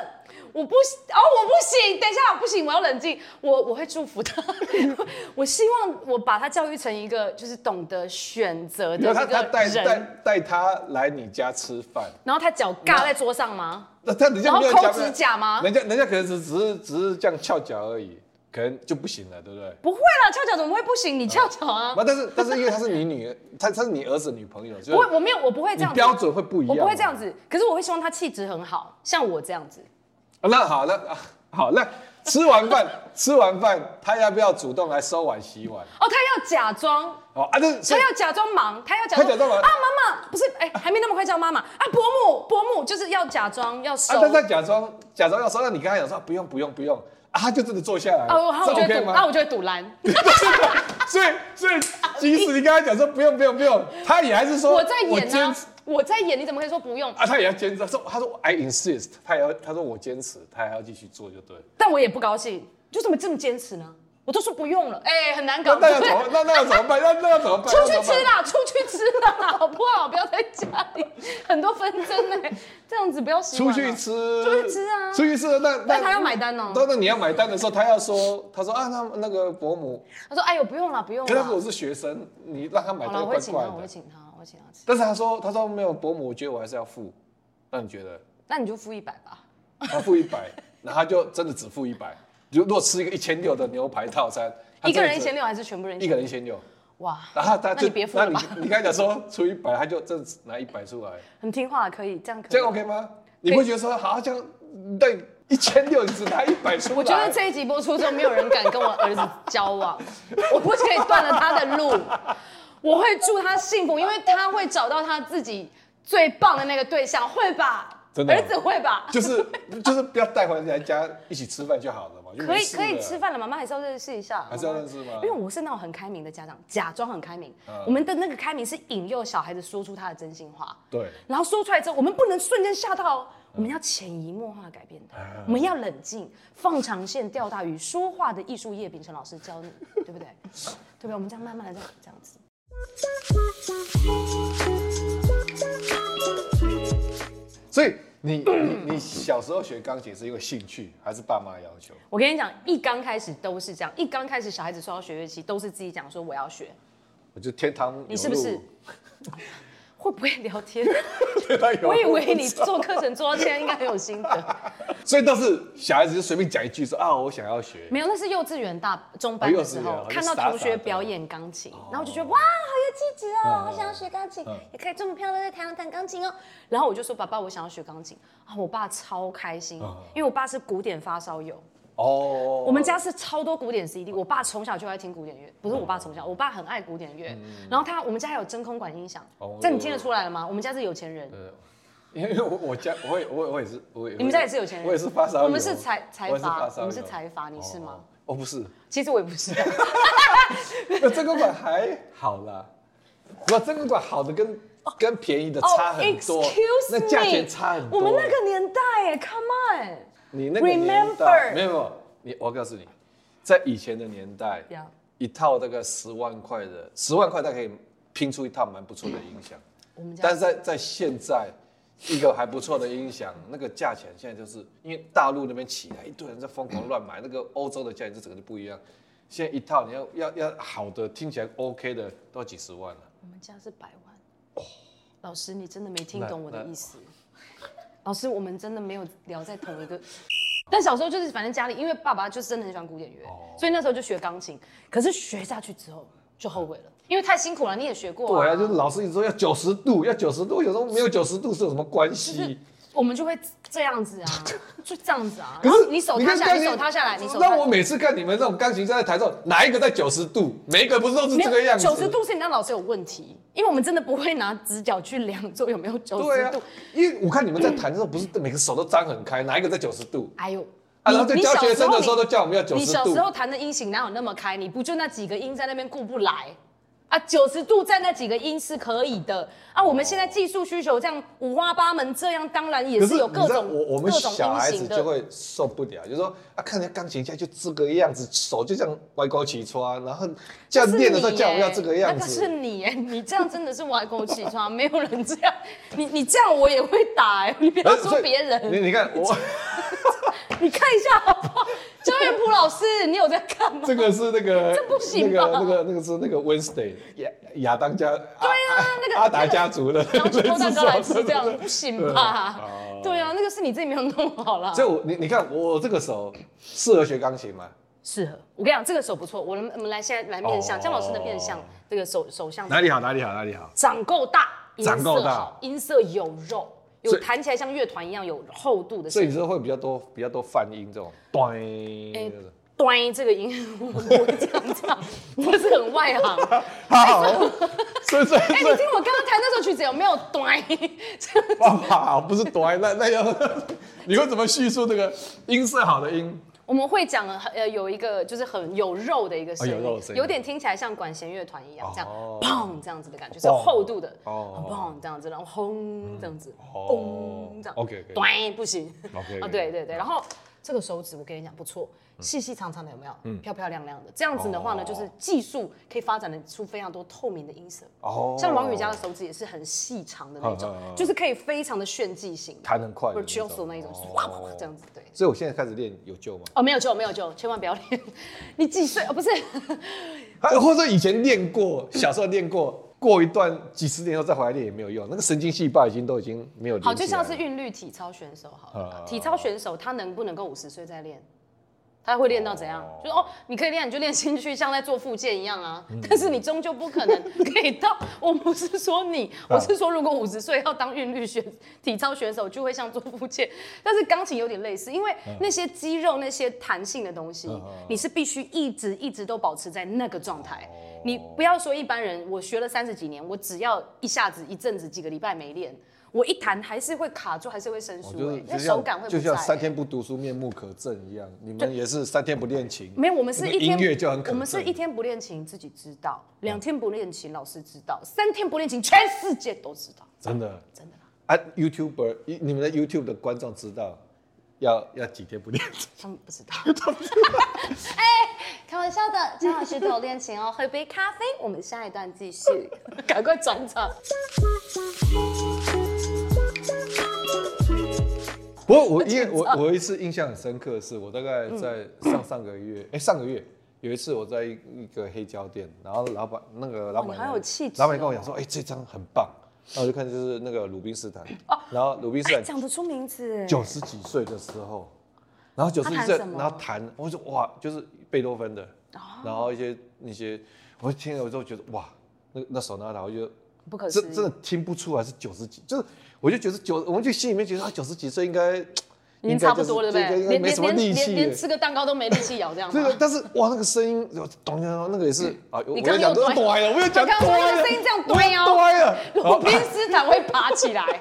Speaker 2: 我不哦，我不行，等一下不行，我要冷静，我我会祝福他， 我希望我把他教育成一个就是懂得选择
Speaker 3: 比
Speaker 2: 的
Speaker 3: 如
Speaker 2: 一
Speaker 3: 他他带
Speaker 2: 个
Speaker 3: 带
Speaker 2: 人。
Speaker 3: 带他来你家吃饭，
Speaker 2: 然后他脚尬在桌上吗？
Speaker 3: 那他人
Speaker 2: 然
Speaker 3: 家
Speaker 2: 后
Speaker 3: 没有
Speaker 2: 抠
Speaker 3: 讲啊
Speaker 2: 指甲吗
Speaker 3: 人家人家可能只只是只是这样翘脚而已，可能就不行了，对不对？
Speaker 2: 不会啦，翘脚怎么会不行？你翘脚啊！
Speaker 3: 那但是但是因为她是你女儿，她她是你儿子的女朋友，
Speaker 2: 不
Speaker 3: 所
Speaker 2: 会，
Speaker 3: 以
Speaker 2: 我没有，我不会这
Speaker 3: 你
Speaker 2: 样子。
Speaker 3: 标准会不一
Speaker 2: 我
Speaker 3: 样。
Speaker 2: 不会这样。子。可是我会希望他气质很好，像我这样子。
Speaker 3: 那好，那啊好，那吃完饭吃完饭，他要不要主动来收碗洗碗？
Speaker 2: 哦，他要假装
Speaker 3: 哦啊，那
Speaker 2: 他要假装忙，他要假
Speaker 3: 他假装忙
Speaker 2: 啊，妈妈不是，哎、还没那么快叫妈妈啊，伯母，伯母就是要假装要收。
Speaker 3: 啊，但他假装假装要收，那你跟他讲说不用不用不用啊，他就真的坐下来了，
Speaker 2: 哦，好，
Speaker 3: 这
Speaker 2: 我就会
Speaker 3: OK
Speaker 2: 堵，
Speaker 3: 吗？
Speaker 2: 啊，我就会堵拦。
Speaker 3: 所以，所以，即使你跟他讲说不用，不用，不用，他也还是说
Speaker 2: 我在演
Speaker 3: 坚
Speaker 2: 呢
Speaker 3: 持，
Speaker 2: 我在演，你怎么可以说不用？
Speaker 3: 啊，他也要坚持。他说，他说 I insist，他也要，他说我坚持，他还要继续做就对了。
Speaker 2: 但我也不高兴，就怎么这么坚持呢？我都说不用了，哎、很难
Speaker 3: 那
Speaker 2: 搞。
Speaker 3: 那要怎么？那那要怎么办？那那要怎么办？
Speaker 2: 出去吃
Speaker 3: 那要怎么办
Speaker 2: 啦，出去吃啦，好不好？不要在家里，很多纷争呢、这这样子不要洗碗啊
Speaker 3: 出
Speaker 2: 了
Speaker 3: 去吃，
Speaker 2: 出去吃啊
Speaker 3: 出去吃，那那
Speaker 2: 但他要买单哦
Speaker 3: 那那你要买单的时候，他要说，他说啊，那那个伯母，
Speaker 2: 他说：“哎呦，不用了，不用
Speaker 3: 可是我
Speaker 2: 了。
Speaker 3: 是学生，你让他”买
Speaker 2: 好
Speaker 3: 单
Speaker 2: 了，我
Speaker 3: 怪
Speaker 2: 会请
Speaker 3: 怪
Speaker 2: 他，我会
Speaker 3: 的。
Speaker 2: 请他，我会请他吃。
Speaker 3: 但是他说，他说没有伯母，我觉得我还是要付。那你觉得？
Speaker 2: 那你就付一百吧。
Speaker 3: 他付一百，然后他就真的只付一百。如如果吃一个一千六的牛排套餐，他
Speaker 2: 一个
Speaker 3: 真的
Speaker 2: 人一
Speaker 3: 只
Speaker 2: 千，六还是全部人
Speaker 3: 一个人一千六，
Speaker 2: 哇，
Speaker 3: 然后他
Speaker 2: 那
Speaker 3: 就
Speaker 2: 你别付
Speaker 3: 那
Speaker 2: 了
Speaker 3: 你
Speaker 2: 吧，
Speaker 3: 你刚才讲说除一百，他就真的只拿一百出来，
Speaker 2: 很听话，可以这样可以。
Speaker 3: 这样 OK 吗？你不会觉得说好像对一千六你只拿一百出来？
Speaker 2: 我觉得这一集播出之后，没有人敢跟我儿子交往，我不可以断了他的路，我会祝他幸福，因为他会找到他自己最棒的那个对象，会吧？
Speaker 3: 真的
Speaker 2: 儿子会吧？
Speaker 3: 就是就是不要带回来家一起吃饭就好了嘛，就
Speaker 2: 可
Speaker 3: 没
Speaker 2: 以
Speaker 3: 事
Speaker 2: 可以
Speaker 3: 了
Speaker 2: 吃。饭了，妈妈还是要认识一下，
Speaker 3: 还是要认识吗
Speaker 2: 妈妈因为我是那种很开明的家长，假装很开明
Speaker 3: 嗯。
Speaker 2: 我们的那个开明是引诱小孩子说出他的真心话，
Speaker 3: 对
Speaker 2: 然后说出来之后，我们不能瞬间吓到哦，我们要潜移默化地改变他，我们要冷静，放长线钓大鱼。说话的艺术，叶秉辰老师教你， 对不对？对不对？我们这样慢慢的这样这样子。
Speaker 3: 所以你你你小时候学钢琴是因为兴趣，还是爸妈要求？
Speaker 2: 我跟你讲，一刚开始都是这样，一刚开始小孩子说要学乐器，都是自己讲说我要学，
Speaker 3: 我就天堂
Speaker 2: 你是不是？会不会聊天？
Speaker 3: 天堂有路
Speaker 2: 我以为你做课程做到现在应该很有心得，
Speaker 3: 所以倒是小孩子就随便讲一句说啊，我想要学。
Speaker 2: 没有，那是幼稚园大中班
Speaker 3: 哦幼
Speaker 2: 的
Speaker 3: 稚
Speaker 2: 时
Speaker 3: 园
Speaker 2: 候
Speaker 3: 哦，
Speaker 2: 看到
Speaker 3: 就傻傻
Speaker 2: 同学
Speaker 3: 的哦嗯
Speaker 2: 表演钢琴，然后我就觉得哇，好有气质哦，好想要学钢琴，也可以这么漂亮在台上弹钢琴哦。然后我就说爸爸，我想要学钢琴啊，我爸超开心，因为我爸是古典发烧友，
Speaker 3: 嗯哦，
Speaker 2: 我们家是超多古典 CD，我爸从小就爱听古典乐，不是我爸从小，我爸很爱古典乐，然后他我们家还有真空管音响
Speaker 3: 嗯哦，
Speaker 2: 这你听得出来了吗？我们家是有钱人。
Speaker 3: 因为我我家我也我也我也是我也
Speaker 2: 你们家也是有钱人
Speaker 3: 我也是发烧友，
Speaker 2: 我们是财财
Speaker 3: 我也是
Speaker 2: 阀
Speaker 3: 发烧友
Speaker 2: 我们是财阀你是吗？
Speaker 3: 哦，哦不是，
Speaker 2: 其实我也不是，
Speaker 3: 那真空管还好啦，不，真空管好的跟跟便宜的差很多
Speaker 2: 哦 excuse，me，
Speaker 3: 那价钱差很多。
Speaker 2: 我们那个年代哎，Come on，
Speaker 3: 你那个年代
Speaker 2: Remember
Speaker 3: 没有没有，你我告诉你，在以前的年代
Speaker 2: Yeah，
Speaker 3: 一套大概十万块的，十万块它可以拼出一套蛮不错的音响。
Speaker 2: 我们
Speaker 3: 但
Speaker 2: 家
Speaker 3: 是在在现在，一个还不错的音响，那个价钱现在就是因为大陆那边起来，一堆人在疯狂乱买，那个欧洲的价钱就整个就不一样。现在一套你要要要好的，听起来 OK 的，都要几十万了。
Speaker 2: 我们家是百万。老师，你真的没听
Speaker 3: 那
Speaker 2: 懂我的
Speaker 3: 那
Speaker 2: 意思。老师，我们真的没有聊在同一个。 但小时候就是，反正家里因为爸爸就是真的很喜欢古典乐，
Speaker 3: 哦
Speaker 2: 所以那时候就学钢琴。可是学下去之后就后悔了，因为太辛苦了。你也学过、
Speaker 3: 对啊，就是老师一直说要九十度，要九十度，有时候没有九十度是有什么关系？
Speaker 2: 我们就会这样子啊，就这样子啊。
Speaker 3: 可
Speaker 2: 然
Speaker 3: 是
Speaker 2: 后你手
Speaker 3: 看
Speaker 2: 塌下
Speaker 3: 钢
Speaker 2: 来，你
Speaker 3: 琴
Speaker 2: 手塌下来，你手塌
Speaker 3: 那我每次看你们这种钢琴家在台上，哪一个在九十度？每一个不是都是这个样子？
Speaker 2: 九十度是你那老师有问题，因为我们真的不会拿直角去量做有没有九
Speaker 3: 对
Speaker 2: 十
Speaker 3: 啊
Speaker 2: 度。，
Speaker 3: 因为我看你们在弹的时候，不是每个手都张很开，哪一个在九十度？
Speaker 2: 哎呦，
Speaker 3: 啊
Speaker 2: 你
Speaker 3: 然后在
Speaker 2: 你
Speaker 3: 教
Speaker 2: 小
Speaker 3: 学生的
Speaker 2: 你
Speaker 3: 时候都叫我们要90
Speaker 2: 你小
Speaker 3: 度
Speaker 2: 时候弹的音型哪有那么开？你不就那几个音在那边顾不来啊？九十度在那几个音是可以的啊。我们现在技术需求这样五花八门，这样当然也
Speaker 3: 可
Speaker 2: 是
Speaker 3: 是
Speaker 2: 有
Speaker 3: 你
Speaker 2: 各
Speaker 3: 知道
Speaker 2: 种
Speaker 3: 我我们
Speaker 2: 各种
Speaker 3: 小
Speaker 2: 音
Speaker 3: 孩子
Speaker 2: 型的
Speaker 3: 就。会受不了，就说啊，看人家钢琴家就这个样子，手就这样歪勾起穿，然后这样
Speaker 2: 是
Speaker 3: 练的时候
Speaker 2: 你
Speaker 3: 叫我
Speaker 2: 耶
Speaker 3: 们要这个样
Speaker 2: 那个是
Speaker 3: 子。
Speaker 2: 你耶，你这样真的是歪口起床，没有人这样。你你这样我也会打哎，你不要
Speaker 3: 呃所
Speaker 2: 说
Speaker 3: 以
Speaker 2: 别人。
Speaker 3: 你你看 我
Speaker 2: 你看一下好不好？教练普老师，你有在干嘛？
Speaker 3: 这个是那 个
Speaker 2: 这不行
Speaker 3: 那个
Speaker 2: 吧
Speaker 3: 那个那个是那个 Wednesday 亚亚当家对
Speaker 2: 啊那个
Speaker 3: 阿达家族的，
Speaker 2: 然后去偷蛋糕来吃，这样
Speaker 3: 对对对
Speaker 2: 不行吧？对啊，那个是你自己没有弄好啦。
Speaker 3: 所以我你你看我这个手适合学钢琴吗？
Speaker 2: 适合我跟你讲，这个手不错。我们我们来现在来面相，
Speaker 3: 哦
Speaker 2: 姜老师的面相，这个手手相
Speaker 3: 哪里好哪里好哪里好，
Speaker 2: 长够大，音色
Speaker 3: 长够大
Speaker 2: 好，音色有肉，有
Speaker 3: 所以
Speaker 2: 弹起来像乐团一样有厚度的声
Speaker 3: 所
Speaker 2: 音。
Speaker 3: 以你说会比较多比较多泛音这种，对，
Speaker 2: 端这个音，我不会 这样唱，我是很外 行。
Speaker 3: 好，所以所以
Speaker 2: 哎，你
Speaker 3: 所以
Speaker 2: 听我刚刚弹那首曲子有没有端？ 这样
Speaker 3: 哇，好，不是短，那那要 你会怎么叙述那个音色好的音？
Speaker 2: 我们会讲很呃有一个就是很有肉的一个声音，
Speaker 3: 哦有肉的声音
Speaker 2: 有点听起来像管弦乐团一样，这样
Speaker 3: 哦
Speaker 2: 砰这样子的感觉，是有厚度的，
Speaker 3: 哦
Speaker 2: 砰这样子，然后轰这样子，
Speaker 3: 哦
Speaker 2: 轰这样
Speaker 3: OK，OK
Speaker 2: 短不行
Speaker 3: OK，OK
Speaker 2: 啊对对对，然后这个手指我跟你讲不错，细细长长的有没有？
Speaker 3: 嗯
Speaker 2: 漂漂亮亮的。这样子的话呢，
Speaker 3: 哦
Speaker 2: 就是技术可以发展的出非常多透明的音色。
Speaker 3: 哦
Speaker 2: 像王宇佳的手指也是很细长的那种
Speaker 3: 嗯嗯嗯，嗯
Speaker 2: 就是可以非常的炫技型的
Speaker 3: 弹很快的那种
Speaker 2: virtuoso 那一种，
Speaker 3: 哦
Speaker 2: 哇哇哇这样子对。
Speaker 3: 所以我现在开始练有救吗？
Speaker 2: 哦，没有救，没有救，千万不要练。你几岁？哦，不是，
Speaker 3: 还哎或者以前练过，小时候练过，过一段几十年后再回来练也没有用，那个神经细胞已经都已经没有连起来
Speaker 2: 好，
Speaker 3: 了。
Speaker 2: 就像是韵律体操选手好了吧，
Speaker 3: 啊
Speaker 2: 体操选手他能不能够五十岁再练？他会练到怎样？就是哦，你可以练，你就练进去，像在做复健一样啊。
Speaker 3: 嗯
Speaker 2: 但是你终究不可能 可以到，我不是说 你，我是说如果五十岁要当韵律选体操选手，就会像做复健。但是钢琴有点类似，因为
Speaker 3: 嗯
Speaker 2: 那些肌肉、那些弹性的东西，你是必须一直一直都保持在那个状态。
Speaker 3: 哦
Speaker 2: 你不要说一般人，我学了三十几年，我只要一下子一阵子几个礼拜没练，我一弹还是会卡住，还是会生
Speaker 3: 我
Speaker 2: 疏、
Speaker 3: 哦就
Speaker 2: 欸
Speaker 3: 是，
Speaker 2: 那
Speaker 3: 就
Speaker 2: 手
Speaker 3: 像
Speaker 2: 感会不
Speaker 3: 就
Speaker 2: 在、
Speaker 3: 像三
Speaker 2: 欸
Speaker 3: 天不读书面目可憎一样，你们也是三天不练琴，
Speaker 2: 没有，我们是
Speaker 3: 你
Speaker 2: 一天
Speaker 3: 嗯音乐就很可
Speaker 2: 我们是
Speaker 3: 憎
Speaker 2: 一天不练琴自己知道，两天不练琴老师知道，三天不练琴全世界都知道，
Speaker 3: 真的
Speaker 2: 真的啦，
Speaker 3: 啊，YouTuber 你你们的 YouTube 的观众知道要要几天不练琴，
Speaker 2: 他们不 知道。 哎，开玩笑的，张老师都有练琴哦，喝杯咖啡，我们下一段继 续，哎赶快转场。
Speaker 3: 不过我因为 我我有一次印象很深刻的是，我大概
Speaker 2: 嗯
Speaker 3: 在上上个月，哎、上个月有一次我在一一个黑胶店，然后老板那个老板
Speaker 2: 你
Speaker 3: 娘、
Speaker 2: 好有气质哦
Speaker 3: 老板跟我讲说，哎、这张很棒，然后我就看就是那个鲁宾斯坦，然后鲁宾斯
Speaker 2: 哎，
Speaker 3: 坦
Speaker 2: 讲得出名字哎，
Speaker 3: 九十几岁的时候，然后九十几岁
Speaker 2: 他弹什，么哦
Speaker 3: 然后弹，我说哇，就是贝多芬的，然后一些那些，我听了我之后觉得哇，那那手拿拿，我就
Speaker 2: 不可思
Speaker 3: 真
Speaker 2: 议，
Speaker 3: 真的听不出来是九十几，就是我就觉得九，我们就心里面觉得他啊九十几岁应该
Speaker 2: 已经差不多了
Speaker 3: 应该
Speaker 2: 呗，
Speaker 3: 就是这个应该
Speaker 2: 连
Speaker 3: 没
Speaker 2: 连
Speaker 3: 什么
Speaker 2: 连
Speaker 3: 力气
Speaker 2: 连
Speaker 3: 了
Speaker 2: 连。吃个蛋糕都没力气咬这样
Speaker 3: 这
Speaker 2: 吗
Speaker 3: 个，？但是哇，那个声音，咚咚咚，那个也是啊，我
Speaker 2: 你
Speaker 3: 又
Speaker 2: 刚
Speaker 3: 讲
Speaker 2: 刚
Speaker 3: 这
Speaker 2: 有
Speaker 3: 个
Speaker 2: 对
Speaker 3: 歪了，我又讲
Speaker 2: 我刚刚说那个
Speaker 3: 歪了
Speaker 2: 声音这样
Speaker 3: 我又
Speaker 2: 对哦
Speaker 3: 歪了，
Speaker 2: 鲁宾斯坦会爬起来。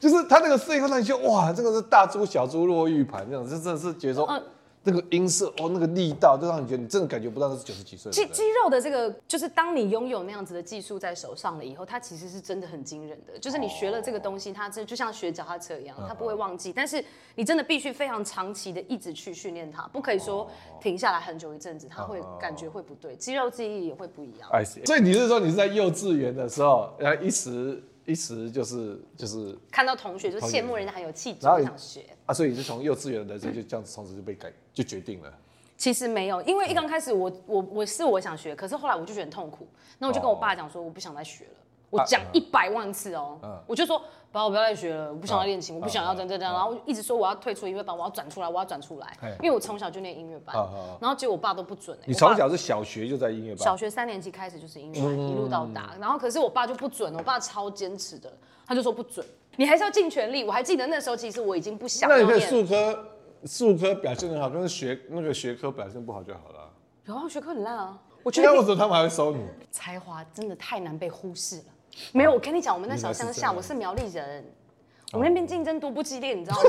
Speaker 3: 就是他那个声音会让你觉得哇，这个是大猪小猪落玉盘这样，就真的是觉得说、
Speaker 2: 嗯
Speaker 3: 那个音色哦，那个力道，就让你觉得你真的感觉不到那是九十几岁的
Speaker 2: 肌
Speaker 3: 人。
Speaker 2: 肌肉的这个，就是当你拥有那样子的技术在手上了以后，它其实是真的很惊人的。就是你学了这个东西，它这就像学脚踏车一
Speaker 3: 嗯
Speaker 2: 样，它不会忘记。但是你真的必须非常长期的一直去训练
Speaker 3: 哦
Speaker 2: 它，不可以说停下来很久一阵子，它会感觉会不对，肌肉记忆也会不一样。
Speaker 3: I see 所以你是说你是在幼稚园的时候，然后一时一时就是就是
Speaker 2: 看到同学就羡慕人家很有气质，
Speaker 3: 然后
Speaker 2: 我
Speaker 3: 你
Speaker 2: 想学。
Speaker 3: 啊，所以你是从幼稚园的人生就这样子，从此就被改就决定了。
Speaker 2: 其实没有，因为一
Speaker 3: 嗯
Speaker 2: 刚开始我我我是我想学，可是后来我就觉得很痛苦，那我就跟我
Speaker 3: 哦
Speaker 2: 爸讲说我不想再学了。我讲一百万次哦、
Speaker 3: 啊嗯
Speaker 2: 我就说爸，我不要再学了，我不想要练琴，
Speaker 3: 嗯
Speaker 2: 我不想要等等等，然后一直说我要退出音乐班，我要转出来，我要转出来
Speaker 3: 嘿，
Speaker 2: 因为我从小就念音乐班
Speaker 3: 嗯嗯嗯，
Speaker 2: 然后结果我爸都不准、欸。
Speaker 3: 你
Speaker 2: 我爸
Speaker 3: 从小是小学就在音乐班
Speaker 2: 小，学三年级开始就是音乐班，
Speaker 3: 嗯
Speaker 2: 一路到大。然后可是我爸就不准，我爸超坚持的，他就说不准，你还是要尽全力。我还记得那时候其实我已经不想
Speaker 3: 那
Speaker 2: 要
Speaker 3: 你可以
Speaker 2: 念，
Speaker 3: 数科数科表现很好，但是学那个学科表现不好就好了。
Speaker 2: 然后学科很烂啊，我觉得
Speaker 3: 那为什么他们还会收 你？
Speaker 2: 才华真的太难被忽视了。没有，我跟你讲，我们那小乡
Speaker 3: 哦原来是这
Speaker 2: 下，
Speaker 3: 样哦
Speaker 2: 我是苗栗人，我们那边竞争多不激烈，你知道吗？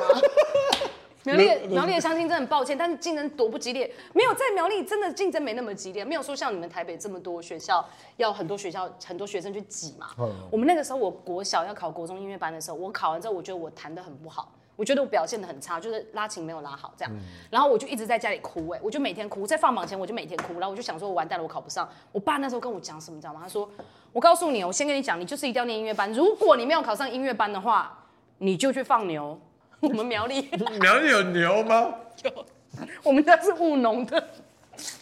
Speaker 2: 苗栗的苗栗的相亲真的很抱歉，但是竞争多不激烈，没有在苗栗真的竞争没那么激烈，没有说像你们台北这么多学校，要很多学校很多学生去挤嘛。我们那个时候，我国小要考国中音乐班的时候，我考完之后，我觉得我弹得很不好，我觉得我表现得很差，就是拉琴没有拉好这样，然后我就一直在家里哭，哎，我就每天哭，在放榜前我就每天哭，然后我就想说，我完蛋了，我考不上。我爸那时候跟我讲什么，你知道吗？他说，我告诉你哦，我先跟你讲，你就是一定要念音乐班，如果你没有考上音乐班的话，你就去放牛。我们苗栗。
Speaker 3: 苗栗有牛吗？
Speaker 2: 我们家是务农的，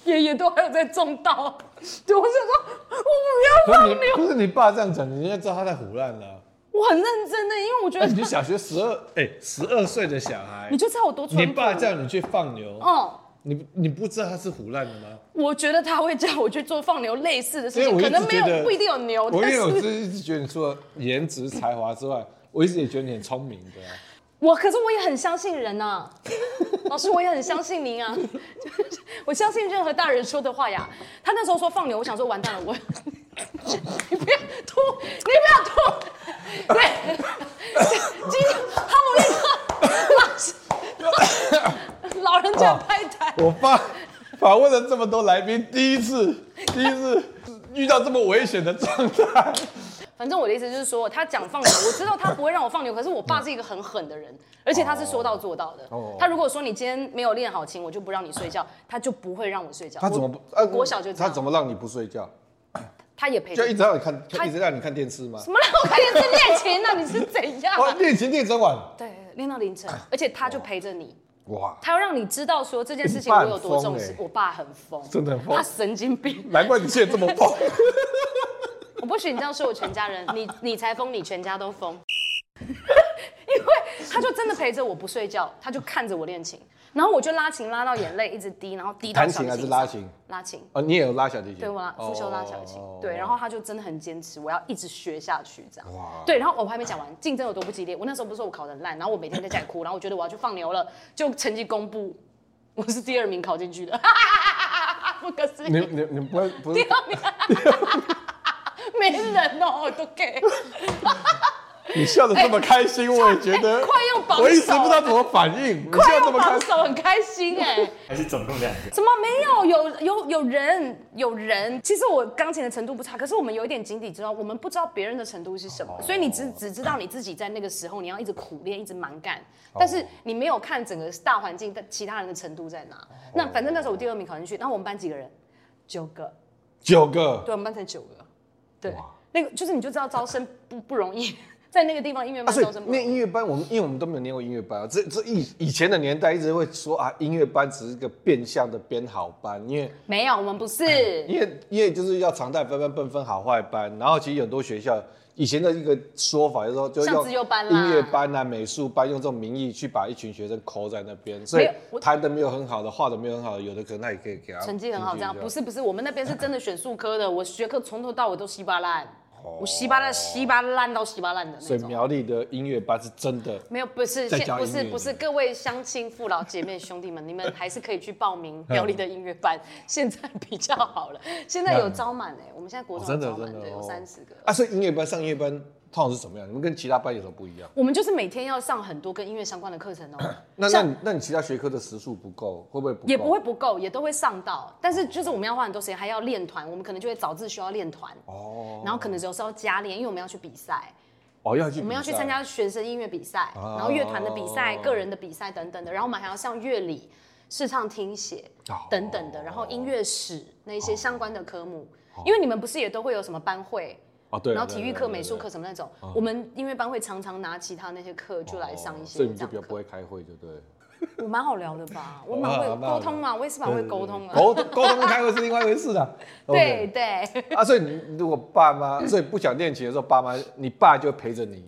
Speaker 2: 爷爷都还有在种稻。对，我想说，我不要
Speaker 3: 不
Speaker 2: 放
Speaker 3: 是你
Speaker 2: 牛，
Speaker 3: 不是你爸这样讲，你应该知道他在胡乱了。
Speaker 2: 我很认真的，因为我觉
Speaker 3: 那
Speaker 2: 得
Speaker 3: 你小学十二哎十二岁的小孩
Speaker 2: 你，就知道我多
Speaker 3: 你
Speaker 2: 淳朴。
Speaker 3: 爸叫你去放牛，
Speaker 2: 嗯，
Speaker 3: 你你不知道他是胡乱的吗？
Speaker 2: 我觉得他会叫我去做放牛类似的事
Speaker 3: 所以
Speaker 2: 情，
Speaker 3: 我一
Speaker 2: 可
Speaker 3: 直
Speaker 2: 能没
Speaker 3: 觉得
Speaker 2: 有不一定有牛，
Speaker 3: 我
Speaker 2: 但
Speaker 3: 因为我
Speaker 2: 是
Speaker 3: 是一直觉得你除了颜值才华之外，我一直也觉得你很聪明的啊、
Speaker 2: 我可是我也很相信人呐、老师我也很相信您啊， 就是我相信任何大人说的话呀。他那时候说放牛，我想说完蛋了，我 你不要吐，你不要吐，对，今天哈姆立特老师老人家拍台，
Speaker 3: 我爸访问了这么多来宾，第一次第一次遇到这么危险的状态，
Speaker 2: 反正我的意思就是说，他讲 放牛，我知道他不会让我放牛，可是我爸是一个很狠的人，而且他是说到做到的。
Speaker 3: 哦
Speaker 2: 他如果说你今天没有练好琴，我就不让你睡觉，他就不会让我睡觉。
Speaker 3: 他怎么
Speaker 2: 我
Speaker 3: 不？啊
Speaker 2: 国小就这
Speaker 3: 他
Speaker 2: 样，
Speaker 3: 怎么让你不睡觉？
Speaker 2: 他也陪着
Speaker 3: 就一直让你看，
Speaker 2: 他
Speaker 3: 一直让你看电视吗
Speaker 2: 怎？么让我看电视练琴呢、你是怎 样、
Speaker 3: 哦
Speaker 2: 啊，？
Speaker 3: 练琴练整晚，
Speaker 2: 对，练到凌晨，而且他就陪着你，
Speaker 3: 哇！
Speaker 2: 他要让你知道说这件事情
Speaker 3: 你爸
Speaker 2: 我
Speaker 3: 很
Speaker 2: 有多重
Speaker 3: 疯
Speaker 2: 视
Speaker 3: 欸。
Speaker 2: 我爸很疯，
Speaker 3: 真的很疯
Speaker 2: 他神经病。
Speaker 3: 难怪你现在这么棒。
Speaker 2: 我不许你这样说我全家人，你你才疯，你全家都疯。 因为他就真的陪着我不睡觉，他就看着我练琴，然后我就拉琴拉到眼泪一直滴，然后滴到
Speaker 3: 弹
Speaker 2: 小
Speaker 3: 琴还是
Speaker 2: 上
Speaker 3: 拉琴？
Speaker 2: 拉琴。
Speaker 3: 哦，你也有拉小提琴？
Speaker 2: 对我拉
Speaker 3: 哦
Speaker 2: 复修拉小琴，对，然后他就真的很坚持，我要一直学下去这样。
Speaker 3: 哇
Speaker 2: 对，然后我还没讲完，竞争有多不激烈。我那时候不是说我考得很烂，然后我每天在家里哭，然后我觉得我要去放牛了，就成绩公布，我是第二名考进去的， 不可思
Speaker 3: 你
Speaker 2: 议，
Speaker 3: 你你不会不是
Speaker 2: 没人哦，我都给，
Speaker 3: 你笑得这么开心，我也觉得
Speaker 2: 哎快用榜首
Speaker 3: 我一直不知道怎么反应。你
Speaker 2: 快
Speaker 3: 笑这
Speaker 2: 要
Speaker 3: 么
Speaker 2: 榜
Speaker 3: 开心，
Speaker 2: 首，很开心哎、
Speaker 5: 还是总共两个？
Speaker 2: 怎么没有？有有有人有人。其实我钢琴的程度不差，可是我们有一点井底之蛙，我们不知道别人的程度是什么，所以你只只知道你自己在那个时候你要一直苦练，一直蛮干，但是你没有看整个大环境的其他人的程度在哪。那反正那时候我第二名考进去，然后我们班几个人，九个，
Speaker 3: 九个。
Speaker 2: 对，我们班才九个，对，那个就是你就知道招生不不容易， 在那个地方音乐
Speaker 3: 啊，
Speaker 2: 班
Speaker 3: 所以
Speaker 2: 招生不容
Speaker 3: 念
Speaker 2: 易。
Speaker 3: 音乐班，我们因为我们都没有念过音乐班啊，这这以以前的年代一直会说啊，音乐班只是一个变相的编好班，因为
Speaker 2: 没有，我们不是。
Speaker 3: 因为因为就是要常态分班，不分好坏班。然后其实很多学校以前的一个说法就是说，就
Speaker 2: 像
Speaker 3: 用
Speaker 2: 自由班啦
Speaker 3: 音乐班啊、美术班，用这种名义去把一群学生抠在那边，所以
Speaker 2: 没有我
Speaker 3: 弹的没有很好的，画的没有很好的，有的可能他也可以给他
Speaker 2: 成绩很好，这样
Speaker 3: 进去
Speaker 2: 不是不是，我们那边是真的选数科的，我学科从头到尾都稀巴烂，我稀巴烂稀巴烂到稀巴烂的
Speaker 3: 哦所
Speaker 2: 那
Speaker 3: 以
Speaker 2: 种。
Speaker 3: 苗栗的音乐班是真的
Speaker 2: 没有，不是，
Speaker 3: 在
Speaker 2: 现
Speaker 3: 教
Speaker 2: 不
Speaker 3: 音乐
Speaker 2: 是不是，各位乡亲父老姐妹兄弟们，你们还是可以去报名苗栗的音乐班，现在比较好 了，现在有招满哎，我们现在国
Speaker 3: 哦
Speaker 2: 中有
Speaker 3: 真的
Speaker 2: 招满
Speaker 3: 真的
Speaker 2: 对，有
Speaker 3: 哦
Speaker 2: 三十个。
Speaker 3: 啊。所以音乐班上音乐班通常是怎么样？你们跟其他班有什么不一样？
Speaker 2: 我们就是每天要上很多跟音乐相关的课程哦，
Speaker 3: 那那
Speaker 2: 像
Speaker 3: 你那你其他学科的时数不够，会不会不够？
Speaker 2: 也不会不够，也都会上到，但是就是我们要花很多时间，还要练团，我们可能就会早自修要练团，
Speaker 3: 哦
Speaker 2: 然后可能有时候加练，因为我们要去比赛，
Speaker 3: 哦，要去
Speaker 2: 我们要去参加学生音乐比赛，
Speaker 3: 哦
Speaker 2: 然后乐团的比赛、个人的比赛等等的，然后我们还要上乐理、视唱、听写
Speaker 3: 哦
Speaker 2: 等等的，然后音乐史那一些相关的科目，因为你们不是也都会有什么班会，
Speaker 3: 哦对，
Speaker 2: 然后体育课、
Speaker 3: 对啊
Speaker 2: 美术课，什么那种，我们音乐班会常常拿其他那些课就来上一些
Speaker 3: 对对对对哦所以你
Speaker 2: 这样
Speaker 3: 就比较不
Speaker 2: 课。
Speaker 3: 会开会，对不对了？
Speaker 2: 我蛮好聊的吧，我
Speaker 3: 哦
Speaker 2: 蛮
Speaker 3: 蛮好
Speaker 2: 会
Speaker 3: 蛮好
Speaker 2: 沟通嘛，我也是蛮会沟通的。
Speaker 3: 沟通沟通跟开会是另外一回 事的。
Speaker 2: 对对，
Speaker 3: OK 啊，所以你如果爸妈，所以不想练琴的时候，爸妈你爸就陪着你，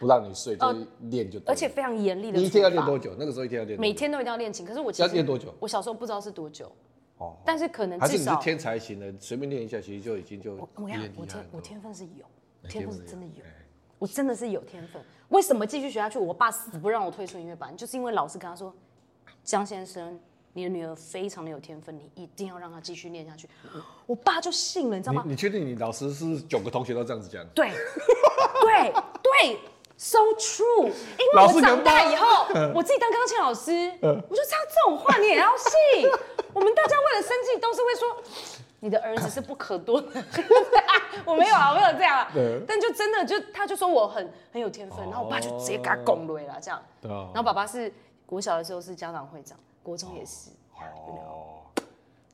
Speaker 3: 不让你睡，就是练就对了。
Speaker 2: 哦而且非常严厉的。
Speaker 3: 你一天要练多？久？那个时候一天要练多久
Speaker 2: 每天都一定要练琴，可是我其
Speaker 3: 要
Speaker 2: 实
Speaker 3: 练多久
Speaker 2: 我小时候不知道是多久，
Speaker 3: 哦，
Speaker 2: 但是可能
Speaker 3: 还
Speaker 2: 至
Speaker 3: 是你是
Speaker 2: 少
Speaker 3: 天才型的，随便练一下，其实就已经就
Speaker 2: 我我跟你
Speaker 3: 也
Speaker 2: 讲，我
Speaker 3: 厉害
Speaker 2: 天
Speaker 3: 了
Speaker 2: 我天分是有，天分是
Speaker 3: 有
Speaker 2: 真的有
Speaker 3: 哎，
Speaker 2: 我真的是有天分。为什么继续学下去？我爸死不让我退出音乐班，就是因为老师跟他说，江先生。你的女儿非常的有天分，你一定要让她继续练下去。
Speaker 3: 嗯
Speaker 2: 我爸就信了，你知道吗
Speaker 3: 你？你确定你老师是不是九个同学都这样子讲？
Speaker 2: 对，对，对，so true。因为
Speaker 3: 老
Speaker 2: 我
Speaker 3: 师
Speaker 2: 长
Speaker 3: 跟嗯
Speaker 2: 大
Speaker 3: 爸
Speaker 2: 以 后，我自己当钢琴老师，我就知道这种话你也要信。我们大家为了生计都是会说，你的 儿子是不可多得。我没有啊，我没有这样啊
Speaker 3: 对。
Speaker 2: 但就真的就他就说我很很有天分，然后我爸就直接给他拱了啦，这样。
Speaker 3: 对啊
Speaker 2: 然后爸爸是国小的时候是家长会长，国中也是。
Speaker 3: 哦，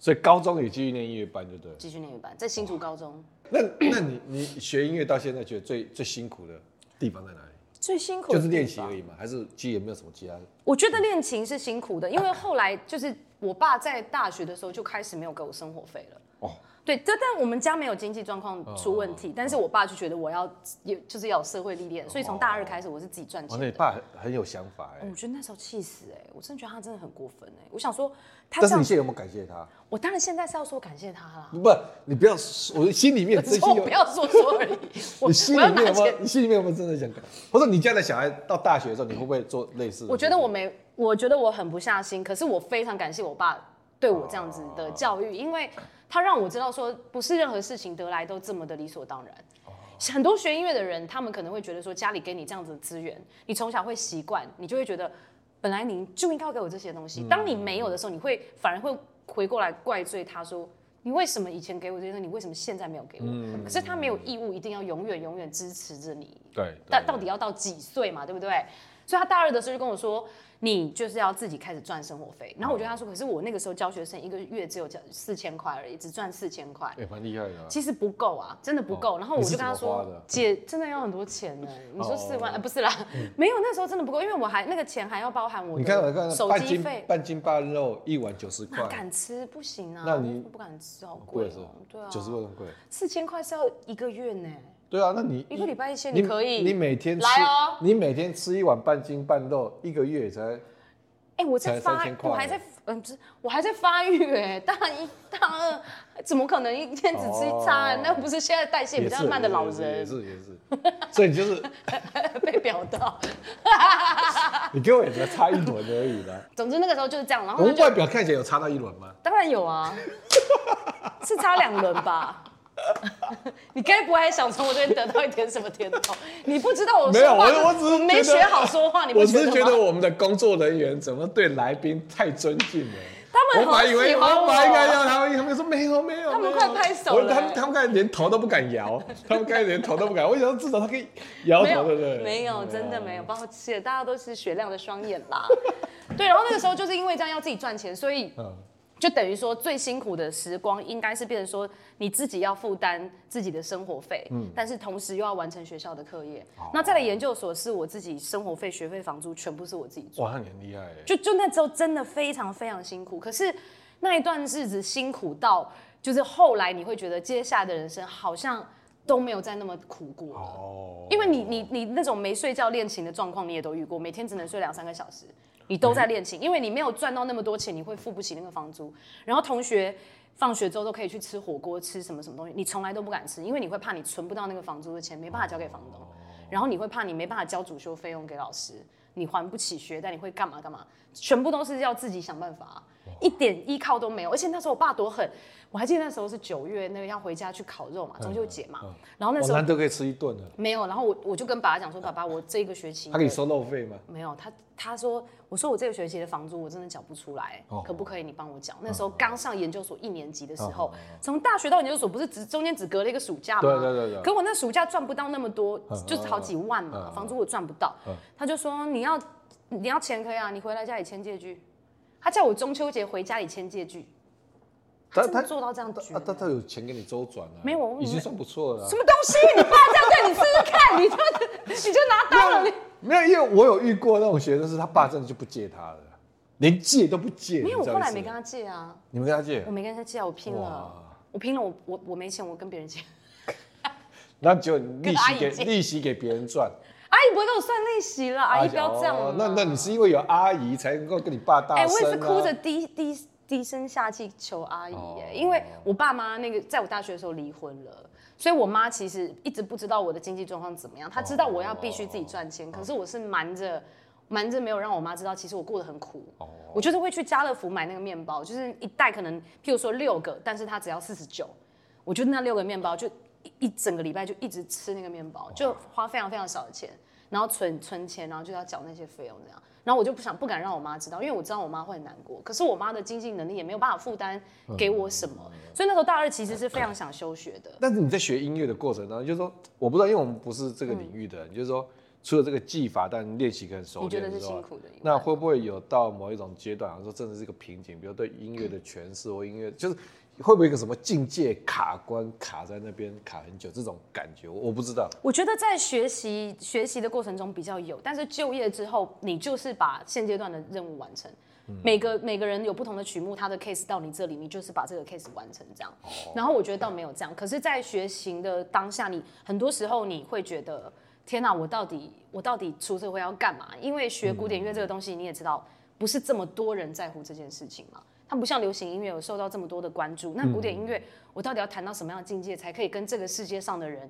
Speaker 3: 所以高中也继续练音乐班，就对了。
Speaker 2: 继续念语班，在新竹高中
Speaker 3: 那 那你你学音乐到现在，觉得最最辛苦的地方在哪里？
Speaker 2: 最辛苦的
Speaker 3: 就是练习
Speaker 2: 地方
Speaker 3: 而已嘛，还是其实也没有什么其他的？
Speaker 2: 我觉得练琴是辛苦的，因为后来就是我爸在大学的时候就开始没有给我生活费了。
Speaker 3: 哦
Speaker 2: 哦，对，但但我们家没有经济状况出问题，但是我爸就觉得我要有就是要有社会历练，所以从大二开始我是自己赚
Speaker 3: 哇，
Speaker 2: 钱
Speaker 3: 哦那
Speaker 2: 的
Speaker 3: 你。爸很很有想法哎、
Speaker 2: 我觉得那时候气死哎、我真的觉得他真的很过分哎、我想说他
Speaker 3: 但
Speaker 2: 这
Speaker 3: 是
Speaker 2: 样
Speaker 3: 你，现在有没有感谢他？
Speaker 2: 我当然现在是要说感谢他啦，
Speaker 3: 不，你不要说，我心里面
Speaker 2: 可
Speaker 3: 真
Speaker 2: 是
Speaker 3: 心
Speaker 2: 我
Speaker 3: 有
Speaker 2: 不，要说说而已，我
Speaker 3: 你心
Speaker 2: 我要
Speaker 3: 里
Speaker 2: 拿
Speaker 3: 面有没
Speaker 2: 钱
Speaker 3: 有？你心里面有没有真的想感？或者你家的小孩到大学的时候，你会不会做类似的事情？
Speaker 2: 我觉得我没，我觉得我狠不下心，可是我非常感谢我爸对我这样子的教育，因为他让我知道说，不是任何事情得来都这么的理所当然。
Speaker 3: 哦
Speaker 2: 很多学音乐的人，他们可能会觉得说，家里给你这样子的资源，你从小会习惯，你就会觉得，本来你就应该要给我这些东西。当你没有的时候，你会反而会回过来怪罪他说，你为什么以前给我这些东西，你为什么现在没有给我？
Speaker 3: 嗯
Speaker 2: 可是他没有义务一定要永远永远支持着你，
Speaker 3: 对，
Speaker 2: 到
Speaker 3: 对
Speaker 2: 到底要到几岁嘛，对不对？所以他大二的时候就跟我说，你就是要自己开始赚生活费。然后我就跟他说，可是我那个时候教学生一个月只有交四千块而已，只赚四千块。
Speaker 3: 也蛮厉害的啊。
Speaker 2: 其实不够啊，真的不够。
Speaker 3: 哦
Speaker 2: 然后我就跟他
Speaker 3: 你是怎么花
Speaker 2: 说
Speaker 3: 的：“
Speaker 2: 姐，真的要很多钱呢、你说
Speaker 3: 哦嗯
Speaker 2: 四万、呃，不是啦，没有，那时候真的不够，因为我还那个钱还要包含我
Speaker 3: 你看，我看
Speaker 2: 的手
Speaker 3: 半
Speaker 2: 机
Speaker 3: 斤
Speaker 2: 费，
Speaker 3: 半斤半肉一碗九十
Speaker 2: 哪
Speaker 3: 块，
Speaker 2: 敢吃？不行啊，
Speaker 3: 那你
Speaker 2: 不敢吃，好贵
Speaker 3: 贵
Speaker 2: 哦、
Speaker 3: 是吧？
Speaker 2: 对啊，
Speaker 3: 九十块很贵。
Speaker 2: 四千块是要一个月呢、
Speaker 3: 对啊，那你
Speaker 2: 一个礼拜一千
Speaker 3: 你
Speaker 2: 你可以
Speaker 3: 你每天吃
Speaker 2: 来哦
Speaker 3: 你每天吃一碗半斤半肉，一个月也才
Speaker 2: 哎、我
Speaker 3: 才
Speaker 2: 在发
Speaker 3: 3000，块
Speaker 2: 我还在，嗯，不是，我还在发育哎、大一、大二，怎么可能一天只吃一餐？
Speaker 3: 哦
Speaker 2: 那不是现在代谢比
Speaker 3: 也
Speaker 2: 较
Speaker 3: 是
Speaker 2: 慢的老
Speaker 3: 也
Speaker 2: 人
Speaker 3: 是也是，也是所以你就是
Speaker 2: 被表到。
Speaker 3: 你跟我也才差一轮而已 啦。
Speaker 2: 总之那个时候就是这样，然
Speaker 3: 我
Speaker 2: 后他
Speaker 3: 们
Speaker 2: 就
Speaker 3: 外表看起来有差到一轮吗？
Speaker 2: 当然有啊，是差两轮吧？ 你该不会还想从我这边得到一点什么甜头？你不知道我
Speaker 3: 没有，
Speaker 2: 说
Speaker 3: 我
Speaker 2: 话
Speaker 3: 我只是
Speaker 2: 没
Speaker 3: 觉得
Speaker 2: 学好说 话，你不
Speaker 3: 我
Speaker 2: 觉
Speaker 3: 只
Speaker 2: 得
Speaker 3: 是
Speaker 2: 吗？
Speaker 3: 觉得我们的工作人员怎么对来宾太尊敬了。
Speaker 2: 他们
Speaker 3: 我本
Speaker 2: 好
Speaker 3: 来以为
Speaker 2: 喜欢
Speaker 3: 我
Speaker 2: 我，
Speaker 3: 本来应该要他们，他们说没有没有，
Speaker 2: 他们
Speaker 3: 没有
Speaker 2: 快拍手了欸
Speaker 3: 我他们他们刚才连头都不敢摇，他们刚才连头都不敢。我想说至少他可以摇
Speaker 2: 没有
Speaker 3: 头，哦对不对？
Speaker 2: 没有，真的没有，抱歉，大家都是雪亮的双眼啦。 对，然后那个时候就是因为这样要自己赚钱，所以
Speaker 3: 嗯。
Speaker 2: 就等于说最辛苦的时光应该是变成说你自己要负担自己的生活费，
Speaker 3: 嗯
Speaker 2: 但是同时又要完成学校的课业。那再来研究所是我自己生活费、学费、房租全部是我自己赚，
Speaker 3: 哇，那你很厉害欸耶。
Speaker 2: 就就那时候真的非常非常辛苦。可是那一段日子辛苦到，就是后来你会觉得接下来的人生好像都没有再那么苦过了。
Speaker 3: 哦，
Speaker 2: 因为你你你那种没睡觉练琴的状况，你也都遇过，每天只能睡两三个小时，你都在练琴，因为你没有赚到那么多钱，你会付不起那个房租。然后同学放学之后都可以去吃火锅，吃什么什么东西，你从来都不敢吃，因为你会怕你存不到那个房租的钱，没办法交给房东，然后你会怕你没办法交主修费用给老师，你还不起学贷，你会干嘛干嘛，全部都是要自己想办法。一点依靠都没有，而且那时候我爸多狠，我还记得那时候是九月那个要回家去烤肉嘛，中秋节嘛，然后那
Speaker 3: 我
Speaker 2: 时候
Speaker 3: 难得哦可以吃一顿了。
Speaker 2: 没有，然后我我就跟爸爸讲说，爸爸，我这个学期
Speaker 3: 他给你收漏费吗？
Speaker 2: 没有，他他说，我说我这个学期的房租我真的缴不出来，
Speaker 3: 哦
Speaker 2: 可不可以你帮我缴？那时候刚上研究所一年级的时候，从大学到研究所不是只中间只隔了一个暑假吗？
Speaker 3: 哦对对对对
Speaker 2: 可我那暑假赚不到那么多
Speaker 3: 嗯，
Speaker 2: 就是好几万
Speaker 3: 嗯
Speaker 2: 嘛
Speaker 3: 嗯，
Speaker 2: 房租我赚不到
Speaker 3: 嗯。
Speaker 2: 他就说你要你要钱可以啊，你回来家里签借据。他叫我中秋节回家里签借据，他真的做到这样绝
Speaker 3: 啊他他他有钱给你周转啊，
Speaker 2: 没有我
Speaker 3: 已经算不错了啊
Speaker 2: 什。么东西？你爸这样对你试试看，你就你就 拿刀了。你
Speaker 3: 没有，因为我有遇过那种学生，是他爸真的就不借他了，连借都不借。
Speaker 2: 没有，
Speaker 3: 你
Speaker 2: 我
Speaker 3: 知道
Speaker 2: 后来
Speaker 3: 意思
Speaker 2: 没
Speaker 3: 吗
Speaker 2: 跟他借啊，
Speaker 3: 你们跟他借
Speaker 2: 我，没跟他借啊，我拼
Speaker 3: 哇
Speaker 2: 了，我拼了，我我我没钱，我跟别人借。
Speaker 3: 那就利
Speaker 2: 阿
Speaker 3: 息
Speaker 2: 姨
Speaker 3: 给
Speaker 2: 借
Speaker 3: 利息给别人赚。
Speaker 2: 阿姨不会给我算利息了，阿姨不要这样了
Speaker 3: 哦。那那你是因为有阿姨才能够跟你爸大声、
Speaker 2: 哎，
Speaker 3: 啊
Speaker 2: 我也是哭着低低低声下气求阿姨
Speaker 3: 哦
Speaker 2: 耶，因为我爸妈那个在我大学的时候离婚了，所以我妈其实一直不知道我的经济状况怎么样，她知道我要必须自己赚
Speaker 3: 哦
Speaker 2: 钱，可是我是瞒着。瞒着没有让我妈知道，其实我过得很苦。
Speaker 3: 哦
Speaker 2: 我就是会去家乐福买那个面包，就是一袋可能，譬如说六个，但是它只要四十九，我就那六个面包就一一整个礼拜就一直吃那个面包，就花非常非常少的钱，然后存存钱，然后就要缴那些费用这样。然后我就不想不敢让我妈知道，因为我知道我妈会很难过。可是我妈的经济能力也没有办法负担给我什么，所以那时候大二其实是非常想休学的。
Speaker 3: 但是你在学音乐的过程当中，就是说，我不知道，因为我们不是这个领域的人，就是说，除了这个技法，但练习很熟
Speaker 2: 你觉
Speaker 3: 练
Speaker 2: 得
Speaker 3: 之
Speaker 2: 是
Speaker 3: 后啊
Speaker 2: 辛苦的一
Speaker 3: 那
Speaker 2: 环
Speaker 3: 会不会有到某一种阶段，说真的是一个瓶颈？比如对音乐的诠释或音乐，就是会不会有一个什么境界卡关卡在那边卡很久这种感觉？我我不知道。
Speaker 2: 我觉得在学习学习的过程中比较有，但是就业之后，你就是把现阶段的任务完成。每个每个人有不同的曲目，他的 case 到你这里，你就是把这个 case 完成这样。然后我觉得倒没有这样，可是，在学行的当下，你很多时候你会觉得，天哪、我到底我到底出社会要干嘛？因为学古典乐这个东西，你也知道，不是这么多人在乎这件事情嘛。它不像流行音乐有受到这么多的关注，那古典音乐我到底要谈到什么样的境界，才可以跟这个世界上的人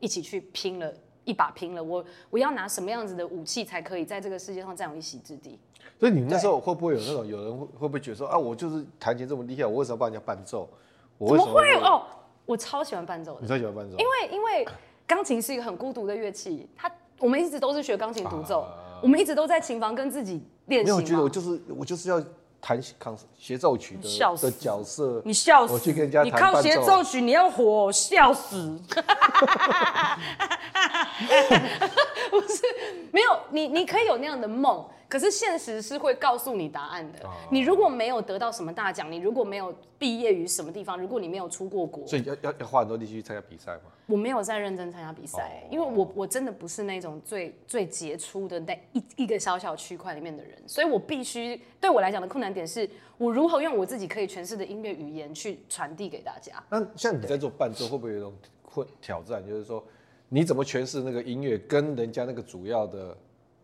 Speaker 2: 一起去拼了，一把拼了。我我要拿什么样子的武器才可以在这个世界上占有一席之地？
Speaker 3: 所以你那时候会不会有那种有人会会不会觉得说啊，我就是弹琴这么厉害，我为什么要帮人家伴奏？我
Speaker 2: 怎么
Speaker 3: 为什
Speaker 2: 会
Speaker 3: 要？
Speaker 2: 哦？我超喜欢伴奏的
Speaker 3: 你，最喜欢伴
Speaker 2: 因
Speaker 3: 奏？
Speaker 2: 为因为钢琴是一个很孤独的乐器，它我们一直都是学钢琴独奏，我们一直都在琴房跟自己练
Speaker 3: 啊
Speaker 2: 啊
Speaker 3: 没
Speaker 2: 习
Speaker 3: 有
Speaker 2: 嘛。
Speaker 3: 我觉得我就是我就是要弹抗协奏曲的
Speaker 5: 笑死
Speaker 3: 的角色，
Speaker 5: 你笑死！
Speaker 3: 我去跟人家
Speaker 5: 你
Speaker 3: 谈
Speaker 5: 靠
Speaker 3: 伴
Speaker 5: 协
Speaker 3: 奏
Speaker 5: 奏曲，你要火，我笑死！
Speaker 2: 不是没有你，你可以有那样的梦，可是现实是会告诉你答案
Speaker 3: 哦
Speaker 2: 的。你如果没有得到什么大奖，你如果没有毕业于什么地方，如果你没有出过国，
Speaker 3: 所以要要要花很多力气去参加比赛嘛。
Speaker 2: 我没有再认真参加比
Speaker 3: 哦
Speaker 2: 赛，因为我我真的不是那种最最杰出的那一一个小小区块里面的人，所以我必须对我来讲的困难点是我如何用我自己可以诠释的音乐语言去传递给大家。
Speaker 3: 那像你在做伴奏，会不会有一种困挑战？就是说，你怎么诠释那个音乐，跟人家那个主要的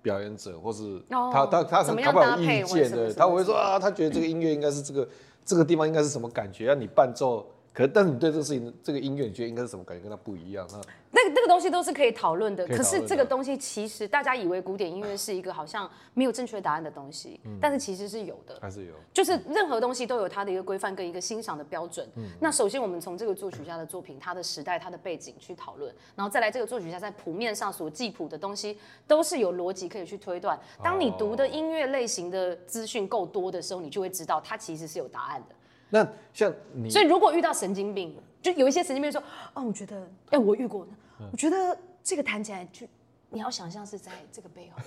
Speaker 3: 表演者，或是
Speaker 2: 哦
Speaker 3: 他他他
Speaker 2: 怎么
Speaker 3: 很
Speaker 2: 样
Speaker 3: 他会
Speaker 2: 搭
Speaker 3: 有
Speaker 2: 配
Speaker 3: 意
Speaker 2: 或者
Speaker 3: 见
Speaker 2: 什么
Speaker 3: 的，
Speaker 2: 什么
Speaker 3: 他会说啊，他觉得这个音乐应该是这个这个地方应该是什么感觉？让啊你伴奏，可但是你对这个事情，这个音乐你觉得应该是什么感觉，跟他不一样。那
Speaker 2: 那个那个东西都是可以讨论的，
Speaker 3: 可以
Speaker 2: 可
Speaker 3: 讨论
Speaker 2: 是
Speaker 3: 的
Speaker 2: 这个东西其实大家以为古典音乐是一个好像没有正确答案的东西，
Speaker 3: 嗯
Speaker 2: 但是其实是有的。
Speaker 3: 还是有
Speaker 2: 就是任何东西都有它的一个规范跟一个欣赏的标准。
Speaker 3: 嗯
Speaker 2: 那首先我们从这个作曲家的作品、他的时代、他的背景去讨论，然后再来这个作曲家在谱面上所记谱的东西，都是有逻辑可以去推断。当
Speaker 3: 哦
Speaker 2: 你读的音乐类型的资讯够多的时候，你就会知道它其实是有答案的。
Speaker 3: 那像你
Speaker 2: 所以如果遇到神经病，就有一些神经病说：“哦，我觉得，哎、我遇过，
Speaker 3: 嗯
Speaker 2: 我觉得这个弹起来就，你要想象是在这个 背后，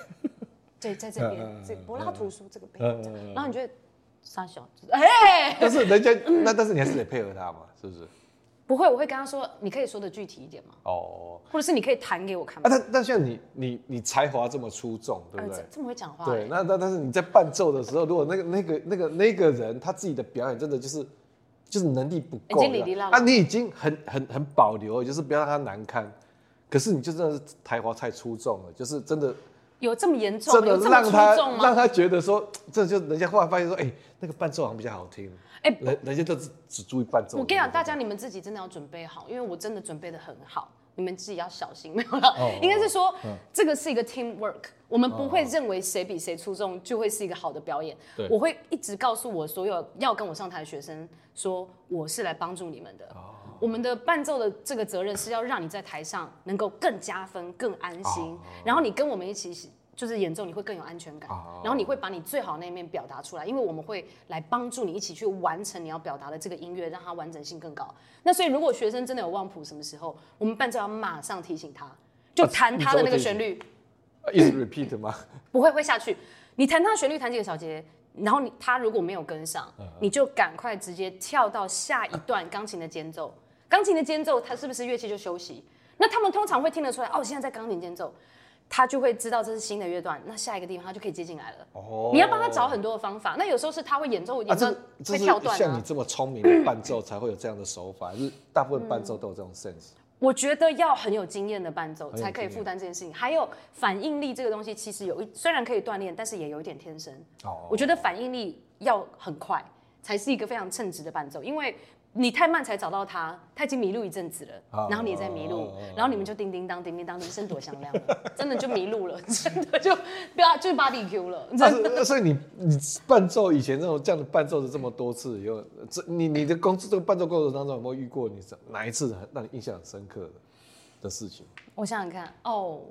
Speaker 2: 对，在这
Speaker 3: 嗯
Speaker 2: 边，这个柏拉图书这个背后，这样然后你就会傻小子，哎、
Speaker 3: 但 是人家那但是你还是得配合他嘛，是不是？
Speaker 2: 不会，我会跟他说，你可以说的具体一点吗？
Speaker 3: 哦，
Speaker 2: 或者是你可以弹给我看
Speaker 3: 啊，
Speaker 2: 吗？
Speaker 3: 但但像你你你才华这么出众，对
Speaker 2: 哎
Speaker 3: 不对
Speaker 2: 这？这么会讲话、
Speaker 3: 对，
Speaker 2: 哎
Speaker 3: 那那但是你在伴奏的时候，如果那个那个那个那个人他自己的表演真的就是就是能力不够
Speaker 2: 已经哩哩
Speaker 3: 了，
Speaker 2: 啦啦
Speaker 3: 啊，你已经很很很保留了，就是不要让他难堪。可是你就真的是才华太出众了，就是真的
Speaker 2: 有这么严重，
Speaker 3: 真的
Speaker 2: 有这么
Speaker 3: 让他
Speaker 2: 出众
Speaker 3: 让
Speaker 2: 吗？
Speaker 3: 他觉得说，这就人家后来发现说，哎、那个伴奏好像比较好听，
Speaker 2: 哎
Speaker 3: 人人家都只只注意伴奏。
Speaker 2: 我跟你讲，大家你们自己真的要准备好，因为我真的准备的很好，你们自己要小心，没 有啦，应该是说、这个是一个 team work，我们不会认为谁比谁出众就会是一个好的表演。
Speaker 3: 对
Speaker 2: 我会一直告诉我所有要跟我上台的学生说，我是来帮助你们的。我们的伴奏的这个责任是要让你在台上能够更加分、更安心，
Speaker 3: 哦
Speaker 2: 然后你跟我们一起就是演奏，你会更有安全感，
Speaker 3: 哦
Speaker 2: 然后你会把你最好的那一面表达出来，因为我们会来帮助你一起去完成你要表达的这个音乐，让它完整性更高。那所以如果学生真的有忘谱，什么时候我们伴奏要马上提醒他，就
Speaker 3: 啊
Speaker 2: 弹他的那个旋律。
Speaker 3: 啊一直 repeat 吗？
Speaker 2: 不会会下去。你弹它的旋律弹几个小节，然后你他如果没有跟上，
Speaker 3: 嗯
Speaker 2: 你就赶快直接跳到下一段钢琴的间奏。钢琴的间奏，它是不是乐器就休息？那他们通常会听得出来，哦，现在在钢琴间奏，他就会知道这是新的乐段，那下一个地方他就可以接进来了。
Speaker 3: 哦
Speaker 2: 你要帮他找很多的方法。那有时候是他会演奏
Speaker 3: 啊，
Speaker 2: 演奏、
Speaker 3: 这个这
Speaker 2: 会
Speaker 3: 是
Speaker 2: 跳段
Speaker 3: 像
Speaker 2: 啊
Speaker 3: 你。这么聪明的伴奏才会有这样的手法，就是大部分伴奏都有这种 sense。
Speaker 2: 我觉得要很有经验的伴奏
Speaker 3: 有
Speaker 2: 才可以
Speaker 3: 经验
Speaker 2: 负担这件事情，还有反应力这个东西，其实有一虽然可以锻炼，但是也有一点天生。
Speaker 3: 哦
Speaker 2: 我觉得反应力要很快，才是一个非常称职的伴奏，因为你太慢才找到它，他已经迷路一阵子了，然后你也在迷路，然后你们就叮叮当叮叮当，人生多响亮了，真的就迷路了，真的就不要就是 barbecue 了，真
Speaker 3: 但
Speaker 2: 的。
Speaker 3: 是，所以你你伴奏以前这种这样的伴奏的这么多次，有这你你的工这个伴奏过程当中有没有遇过你哪一次很让你印象很深刻的的事情？
Speaker 2: 我想想看，哦，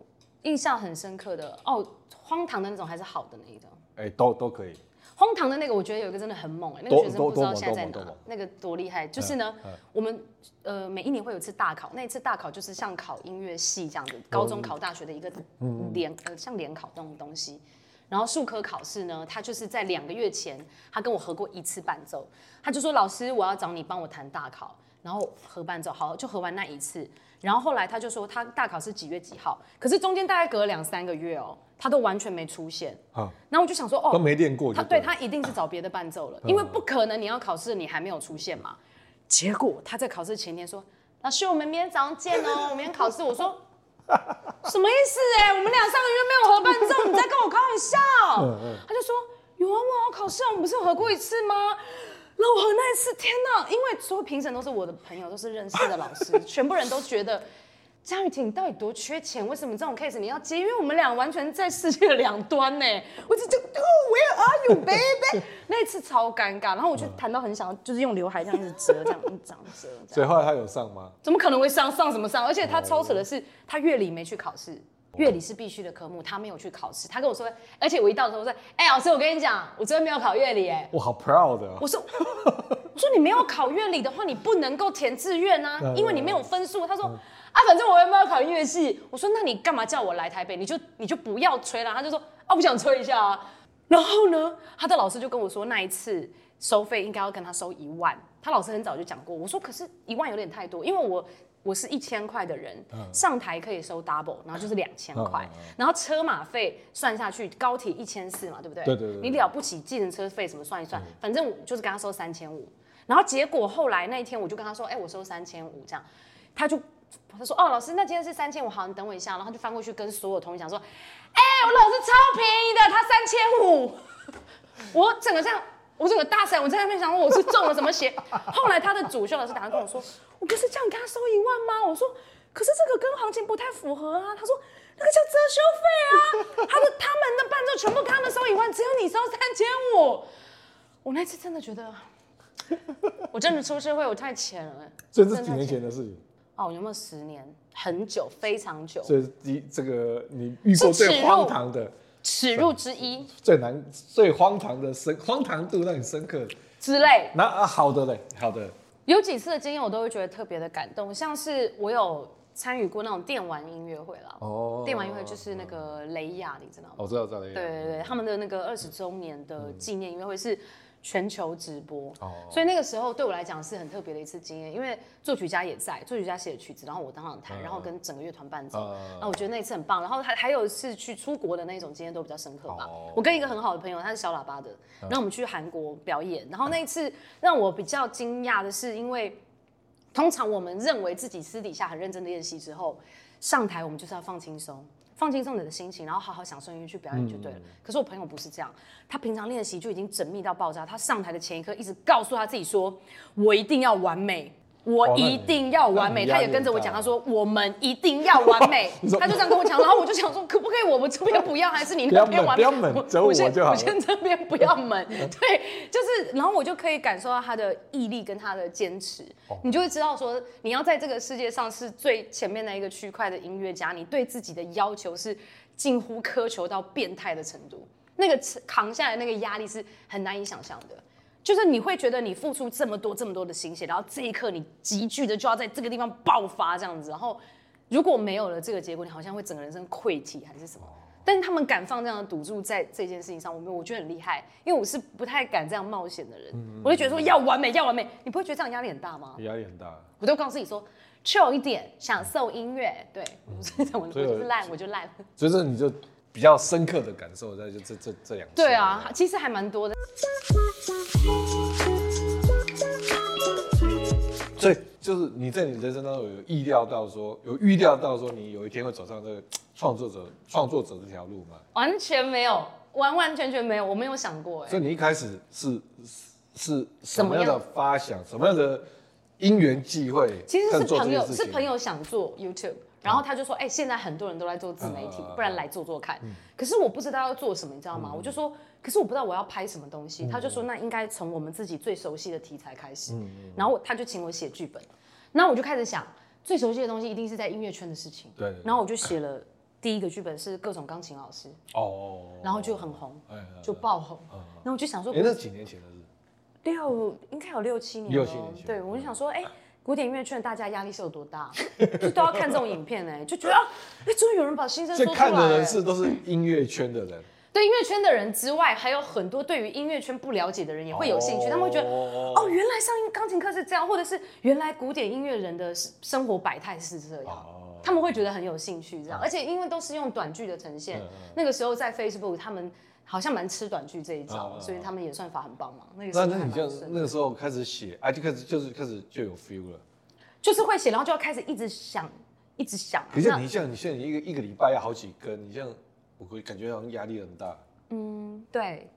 Speaker 2: 印象很深刻的哦，荒唐的那种还是好的那一种。
Speaker 3: 哎、都都可以。
Speaker 2: 荒唐的那个，我觉得有一个真的很猛哎、那个
Speaker 3: 多
Speaker 2: 学生不知道
Speaker 3: 多多猛
Speaker 2: 现在在
Speaker 3: 多
Speaker 2: 哪
Speaker 3: 猛多嗯猛，
Speaker 2: 那个多厉害。就是呢，我们呃每一年会有一次大考，那一次大考就是像考音乐系这样子，高中考大学的
Speaker 3: 嗯
Speaker 2: 一个联、呃像联考这种东西。然后数科考试呢，他就是在两个月前，他跟我合过一次伴奏，他就说老师我要找你帮我弹大考，然后合伴奏，好就合完那一次，然后后来他就说他大考是几月几号，可是中间大概隔了两三个月哦，他都完全没出现，
Speaker 3: 啊，
Speaker 2: 然后我就想说哦，
Speaker 3: 都没练过就
Speaker 2: 他对
Speaker 3: 了嗯
Speaker 2: 他一定是找别的伴奏了，因为不可能你要考试你还没有出现嘛。结果他在考试前一天说：“老师，我们明天早上见哦，我明天考试。”我说：“什么意思、哎，我们俩上个月没有合伴奏，你在跟我开玩笑？”他就说：“有啊，我好考试啊，我们不是有合过一次吗？”然后我合那一次，天哪！因为所有评审都是我的朋友，都是认识的老师，全部人都觉得。佳雨婷，你到底多缺钱？为什么这种 case 你要接？因为我们俩完全在世界的两端呢。我就就 Oh, Where are you, baby？那一次超尴尬，然后我就谈到很想要，就是用刘海这样子折，这样这样折，这样
Speaker 3: 所以后来他有上吗？
Speaker 2: 怎么可能会上上什么上？而且他超扯的是，他乐理没去考试，乐理是必须的科目，他没有去考试。他跟我说，而且我一到的时候我说，哎、老师，我跟你讲，我昨天没有考乐理、哎，
Speaker 3: 我好 proud 的、哦
Speaker 2: 我说，我说你没有考乐理的话，你不能够填志愿啊，因为你没有分数。他说，啊，反正我也没有考乐系。我说，那你干嘛叫我来台北？你就你就不要吹了。他就说，啊，我想吹一下啊。然后呢，他的老师就跟我说，那一次收费应该要跟他收一万。他老师很早就讲过，我说可是一万有点太多，因为我我是一千块的人，上台可以收 double，然后就是两千块，然后车马费算下去，高铁一千四嘛，对不对？
Speaker 3: 对对对嗯
Speaker 2: 你了不起，计程车费什么算一算，反正我就是跟他收三千五。然后结果后来那一天我就跟他说，哎、我收三千五这样，他就他说哦，老师，那今天是三千五，好，你等我一下，然后他就翻过去跟所有同学讲说，哎、我老师超便宜的，他三千五。我整个这样，我整个大神，我在那边想说我是中了什么 邪。后来他的主修老师打电话跟我说，我不是叫你跟他收一万吗？我说，可是这个跟行情不太符合啊。他说那个叫遮羞费啊，他 的他们的伴奏全部跟他们收一万，只有你收三千五。我那次真的觉得， 我真的出社会我太浅了。
Speaker 3: 所以这是几年前的事情，
Speaker 2: 哦，有没有十年？很久，非常久，
Speaker 3: 所以第这个你遇过
Speaker 2: 是耻
Speaker 3: 最
Speaker 2: 辱
Speaker 3: 荒唐的、
Speaker 2: 耻辱之一
Speaker 3: 最难、最荒唐的深荒唐度让你深刻的。
Speaker 2: 之类。
Speaker 3: 那啊，好的嘞，好的，哦
Speaker 2: 有几次的经验，我都会觉得特别的感动，像是我有参与过那种电玩音乐会啦。
Speaker 3: 哦
Speaker 2: 电玩音乐会就是那个雷亚，你知道吗？
Speaker 3: 我知道，知道
Speaker 2: 对对对，他们的那个二十周年的纪念音乐会是全球直播，所以那个时候对我来讲是很特别的一次经验，因为作曲家也在，作曲家写的曲子，然后我当场弹，然后跟整个乐团伴奏，
Speaker 3: 嗯
Speaker 2: 然后我觉得那一次很棒，然后还还有一次去出国的那种经验都比较深刻吧
Speaker 3: 哦。
Speaker 2: 我跟一个很好的朋友，他是小喇叭的，
Speaker 3: 嗯
Speaker 2: 然后我们去韩国表演，然后那一次让我比较惊讶的是，因为通常我们认为自己私底下很认真的练习之后，上台我们就是要放轻松，放轻松你的心情，然后好好享受音乐去表演就对
Speaker 3: 嗯
Speaker 2: 了。可是我朋友不是这样，他平常练习就已经缜密到爆炸，他上台的前一刻一直告诉他自己说：“我一定要完美。”我
Speaker 3: 哦那
Speaker 2: 一
Speaker 3: 你
Speaker 2: 定要完美，
Speaker 3: 那你
Speaker 2: 他
Speaker 3: 压力
Speaker 2: 也跟着我
Speaker 3: 很大
Speaker 2: 讲，他说我们一定要完美，他就这样跟我讲，然后我就想说，可不可以我们这边不要，还是你那边完美？
Speaker 3: 不要猛不要猛只有我
Speaker 2: 先
Speaker 3: 就好
Speaker 2: 我
Speaker 3: 了
Speaker 2: 先这边不要 猛，对，就是，然后我就可以感受到他的毅力跟他的坚持，
Speaker 3: 哦
Speaker 2: 你就会知道说，你要在这个世界上是最前面那一个区块的音乐家，你对自己的要求是近乎苛求到变态的程度，那个扛下来那个压力是很难以想象的。就是你会觉得你付出这么多这么多的心血，然后这一刻你急剧的就要在这个地方爆发这样子，然后如果没有了这个结果，你好像会整个人生溃体还是什么。但是他们敢放这样的赌注在这件事情上，我没有，我觉得很厉害，因为我是不太敢这样冒险的人，我就觉得说要完美，要完美，你不会觉得这样压力很大吗？
Speaker 3: 压力很大。
Speaker 2: 我都告诉自己说，chill 一点，享受音乐，对，我我
Speaker 3: 所以
Speaker 2: 就是
Speaker 3: 我
Speaker 2: 烂，我就烂。
Speaker 3: 所以这你就比较深刻的感受在就这这这两次。
Speaker 2: 对啊，其实还蛮多的。
Speaker 3: 所以就是你在你人生当中有意料到说，有预料到说你有一天会走上这个创作者创作者这条路吗？
Speaker 2: 完全没有，完完全全没有，我没有想过哎、
Speaker 3: 所以你一开始是是是什
Speaker 2: 怎么
Speaker 3: 么
Speaker 2: 样
Speaker 3: 样的发想，什么样的因缘际会？
Speaker 2: 其实是
Speaker 3: 在做
Speaker 2: 朋
Speaker 3: 这件
Speaker 2: 友
Speaker 3: 事
Speaker 2: 是
Speaker 3: 情
Speaker 2: 朋，友想做 YouTube，然后他就说，哎、现在很多人都在做自媒体
Speaker 3: 嗯嗯，嗯嗯
Speaker 2: 不然来做做看。可是我不知道要做什么，你知道吗？我就说，可是我不知道我要拍什么东西。他就说，那应该从我们自己最熟悉的题材开
Speaker 3: 嗯
Speaker 2: 始。然后我他就请我写剧本，然后我就开始想，最熟悉的东西一定是在音乐圈的事情。
Speaker 3: 对对对
Speaker 2: 然后我就写了第一个剧本是各种钢琴老师，
Speaker 3: 哦，
Speaker 2: 然后就很红，
Speaker 3: 哎哎
Speaker 2: 就爆红。然后我就想说，
Speaker 3: 哎，那几年前的事，
Speaker 2: 六啊应该有六七年了，
Speaker 3: 六七年前啊
Speaker 2: 对，我就想说，哎、古典音乐圈大家压力是有多大？ 就都要看这种影片哎、就觉得啊，哎、终于有人把心声
Speaker 3: 所
Speaker 2: 说
Speaker 3: 以
Speaker 2: 出来、嗯
Speaker 3: 看的人是都是音乐圈的人，
Speaker 2: 对音乐圈的人之外，还有很多对于音乐圈不了解的人也会有兴趣，
Speaker 3: 哦
Speaker 2: 他们会觉得，哦，原来上音钢琴课是这样，或者是原来古典音乐人的生活百态是这样，
Speaker 3: 哦嗯
Speaker 2: 他们会觉得很有兴趣这样。而且因为都是用短剧的呈现，那个时候在 Facebook 他们好像蛮吃短剧这一招，
Speaker 3: 嗯嗯嗯
Speaker 2: 所以他们也算法很帮忙。那个时
Speaker 3: 那
Speaker 2: 候
Speaker 3: 那
Speaker 2: 还
Speaker 3: 你
Speaker 2: 蛮
Speaker 3: 就
Speaker 2: 顺的
Speaker 3: 那个时候开始写啊，就开始就是开始就有 feel 了。
Speaker 2: 就是会写，然后就要开始一直想，一直想。啊
Speaker 3: 可是
Speaker 2: 那
Speaker 3: 你像你现在一个一个礼拜要好几根，你像我会感觉好像压力很大。
Speaker 2: 嗯，对，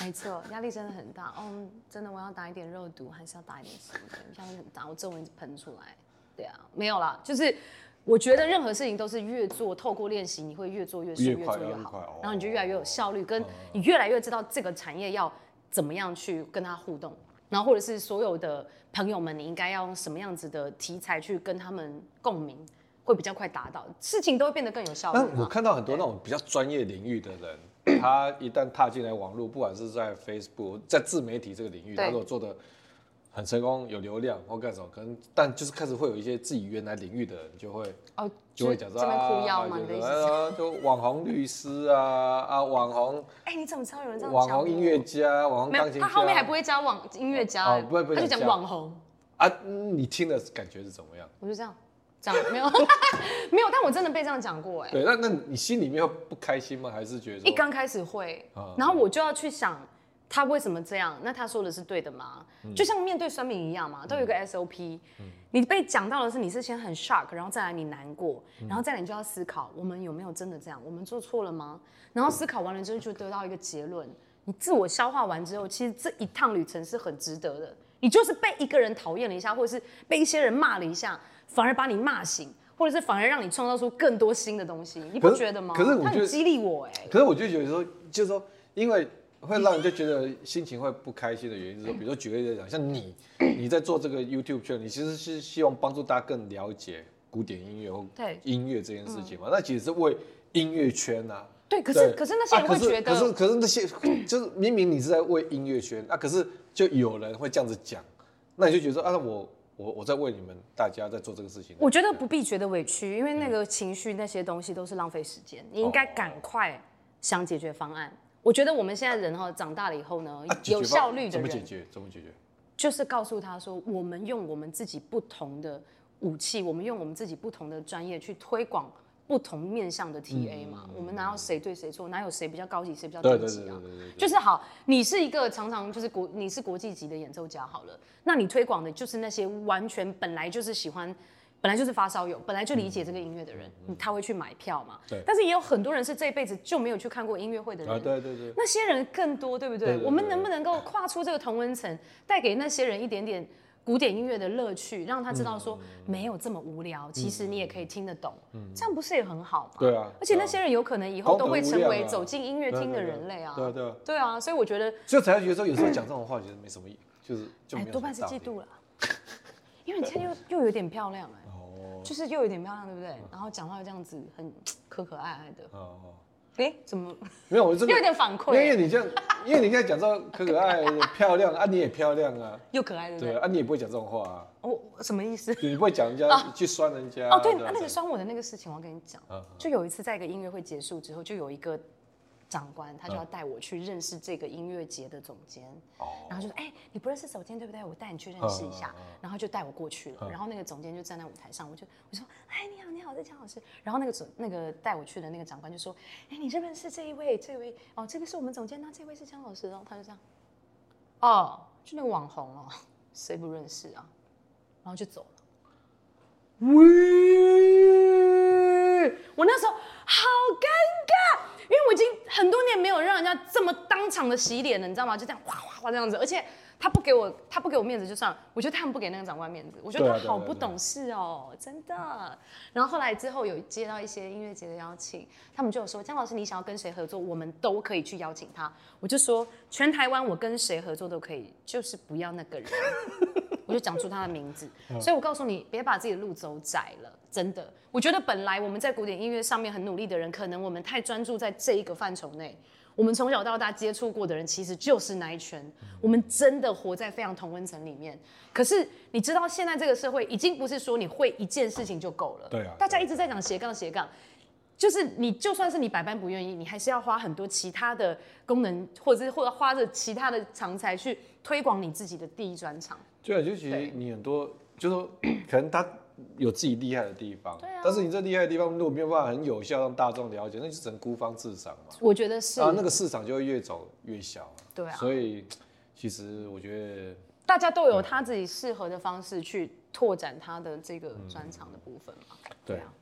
Speaker 2: 没错，压力真的很大。 哦，真的，我要打一点肉毒，还是要打一点什么的？压力很大，我皱纹一直喷出来。对啊，没有啦，就是我觉得任何事情都是越做，透过练习，你会越做越熟，
Speaker 3: 越
Speaker 2: 越
Speaker 3: 快
Speaker 2: 做越
Speaker 3: 越快
Speaker 2: 好
Speaker 3: 哦，
Speaker 2: 然后你就越来越有效率，跟你越来越知道这个产业要怎么样去跟它互动。然后，或者是所有的朋友们，你应该要用什么样子的题材去跟他们共鸣，会比较快达到，事情都会变得更有效率
Speaker 3: 那
Speaker 2: 嘛。
Speaker 3: 我看到很多那种比较专业领域的 人，他一旦踏进来网络，不管是在 Facebook，在自媒体这个领域，
Speaker 2: 对
Speaker 3: 他如果做的很成功，有流量或干什么，可能但就是开始会有一些自己原来领域的人就会
Speaker 2: 哦，
Speaker 3: 就会
Speaker 2: 这
Speaker 3: 讲说
Speaker 2: 这边哭腰嘛，
Speaker 3: 啊
Speaker 2: 你的意思
Speaker 3: 哎
Speaker 2: 是？
Speaker 3: 呀就网红律师啊 啊，网红
Speaker 2: 哎，你怎么知道有人这样
Speaker 3: 网
Speaker 2: 讲我
Speaker 3: 红音乐家，网红
Speaker 2: 没
Speaker 3: 钢
Speaker 2: 有，
Speaker 3: 琴家，
Speaker 2: 他后面还不会加网音乐家
Speaker 3: 哦
Speaker 2: 欸，
Speaker 3: 不会不会
Speaker 2: 他就
Speaker 3: 讲
Speaker 2: 讲
Speaker 3: 加
Speaker 2: 网红，
Speaker 3: 啊，嗯你听的感觉是怎么样？
Speaker 2: 我就这样，这样没有 没有，但我真的被这样讲过哎。
Speaker 3: 对，那那你心里面会不开心吗？还是觉得说
Speaker 2: 一刚开始会
Speaker 3: 啊，
Speaker 2: 然后我就要去想他为什么这样，那他说的是对的吗？就像面对酸民一样嘛，都有一
Speaker 3: 嗯
Speaker 2: 个 SOP。你被讲到的是你是先很 shock，然后再来你难过，
Speaker 3: 嗯
Speaker 2: 然后再来你就要思考我们有没有真的这样，我们做错了吗？然后思考完了之后就得到一个结论，你自我消化完之后，其实这一趟旅程是很值得的。你就是被一个人讨厌了一下，或者是被一些人骂了一下，反而把你骂醒，或者是反而让你创造出更多新的东西，你不
Speaker 3: 可是
Speaker 2: 觉得吗？
Speaker 3: 可是我
Speaker 2: 它很
Speaker 3: 觉得
Speaker 2: 激励我哎、
Speaker 3: 可是我就觉得说，就是说，因为会让人家觉得心情会不开心的原因是说，比如说举个例子来讲，像你，你在做这个 YouTube 圈，你其实是希望帮助大家更了解古典音乐或
Speaker 2: 对
Speaker 3: 音乐这件事情嘛，那其实是为音乐圈呐、啊。
Speaker 2: 对，可
Speaker 3: 对
Speaker 2: 是可是那些人
Speaker 3: 啊
Speaker 2: 会觉
Speaker 3: 可是可
Speaker 2: 得，
Speaker 3: 是可是那些就是明明你是在为音乐圈啊，可是就有人会这样子讲，那你就觉得说啊，那我我我在为你们大家在做这个事情。
Speaker 2: 我觉得不必觉得委屈，因为那个情绪那些东西都是浪费时间，你应
Speaker 3: 哦
Speaker 2: 该赶快想解决方案。我觉得我们现在人哈长大了以后呢
Speaker 3: 啊，解决
Speaker 2: 有
Speaker 3: 吧
Speaker 2: 效率的
Speaker 3: 怎么解
Speaker 2: 人
Speaker 3: 决？怎么解决？
Speaker 2: 就是告诉他说，我们用我们自己不同的武器，我们用我们自己不同的专业去推广不同面向
Speaker 3: 嗯
Speaker 2: 的 TA 嘛。我们哪有谁对谁错？哪有谁比较高级，谁比较
Speaker 3: 对
Speaker 2: 低
Speaker 3: 对
Speaker 2: 级
Speaker 3: 对对
Speaker 2: 啊
Speaker 3: 对？对对。
Speaker 2: 就是好，你是一个常常就是国，你是国际级的演奏家好了，那你推广的就是那些完全本来就是喜欢，本来就是发烧友，本来就理解这个音乐的人，他会去买票嘛。
Speaker 3: 嗯对
Speaker 2: 但是也有很多人是这辈子就没有去看过音乐会的人。
Speaker 3: 啊，对对对。
Speaker 2: 那些人更多，对不对？
Speaker 3: 对对对
Speaker 2: 我们能不能够跨出这个同温层，带给那些人一点点古典音乐的乐趣，让他知道
Speaker 3: 嗯
Speaker 2: 说没有这么无聊，其实你也可以听得懂，这样不是也很好吗？
Speaker 3: 对啊
Speaker 2: 而且
Speaker 3: 对啊
Speaker 2: 那些人有可能以后都会成
Speaker 3: 功德无量
Speaker 2: 为
Speaker 3: 啊
Speaker 2: 走进音乐厅的人类啊。
Speaker 3: 对啊对啊对啊
Speaker 2: 对啊，所以我觉得，
Speaker 3: 所以才觉得说，有时候讲这种话其实没什么意，就是就
Speaker 2: 哎
Speaker 3: 没，有
Speaker 2: 多
Speaker 3: 什
Speaker 2: 半
Speaker 3: 么
Speaker 2: 是
Speaker 3: 道理
Speaker 2: 嫉妒了，因为你现在 又又有点漂亮
Speaker 3: 哦
Speaker 2: 哎、就是又有点漂亮，对不
Speaker 3: 嗯
Speaker 2: 对？然后讲话又这样子很可可爱爱的，
Speaker 3: 哦哦，
Speaker 2: 哎、怎么
Speaker 3: 没有，我真的
Speaker 2: 又有点反
Speaker 3: 因为
Speaker 2: 馈，
Speaker 3: 你这样，因为你现在讲这种可可爱、漂亮 啊，你也漂亮啊，
Speaker 2: 又可爱，对不
Speaker 3: 对
Speaker 2: 对？
Speaker 3: 啊，你也不会讲这种话啊，
Speaker 2: 哦，什么意思？
Speaker 3: 你不会讲人家去酸人家啊
Speaker 2: 哦，对，
Speaker 3: 啊
Speaker 2: 那那个酸我的那个事情，我要跟你讲
Speaker 3: 嗯，
Speaker 2: 就有一次在一个音乐会结束之后，就有一个长官，他就要带我去认识这个音乐节的总监，
Speaker 3: 哦
Speaker 2: 然后就说，哎，你不认识总监对不对？我带你去认识一
Speaker 3: 嗯
Speaker 2: 下，然后就带我过去了，然后那个总监就站在舞台上，我就我说，哎，你好，你好，在江老师，然后那个总那个带我去的那个长官就说，哎，你认不认识这一位？这位哦，这个是我们总监，那这位是江老师，然后他就这样，哦，就那个网红哦，谁不认识啊？然后就走了。喂，我那时候好尴尬，因为我已经很多年没有让人家这么当场的洗脸了，你知道吗？就这样哗哗哗这样子，而且他不给我，他不给我面子就算了，我觉得他们不给那个长官面子，我觉得
Speaker 3: 对啊
Speaker 2: 他
Speaker 3: 对啊
Speaker 2: 好
Speaker 3: 对啊
Speaker 2: 不
Speaker 3: 对啊
Speaker 2: 懂事哦，真的。然后后来之后有接到一些音乐节的邀请，他们就有说江老师你想要跟谁合作，我们都可以去邀请他。我就说全台湾我跟谁合作都可以，就是不要那个人。我就讲出他的名字。所以我告诉你，别把自己的路走窄了，真的。我觉得本来我们在古典音乐上面很努力的人，可能我们太专注在这一个范畴内。我们从小到大接触过的人，其实就是那一圈。我们真的活在非常同温层里面。可是你知道，现在这个社会已经不是说你会一件事情就够了。
Speaker 3: 对啊
Speaker 2: 大家一直在讲斜杠斜杠，就是你就算是你百般不愿意，你还是要花很多其他的功能，或者是或者花着其他的长才去推广你自己的第一专场。
Speaker 3: 对啊，就其实
Speaker 2: 对
Speaker 3: 你很多，就是说 可能他有自己厉害的地方，
Speaker 2: 对啊
Speaker 3: 但是你这厉害的地方如果没有办法很有效让大众了解，那就只能孤芳自赏嘛。
Speaker 2: 我觉得是
Speaker 3: 啊，那个市场就会越走越小、
Speaker 2: 对啊
Speaker 3: 所以其实我觉得
Speaker 2: 大家都有他自己适合的方式去拓展他的这个
Speaker 3: 嗯
Speaker 2: 专长的部分嘛。
Speaker 3: 对
Speaker 2: 啊，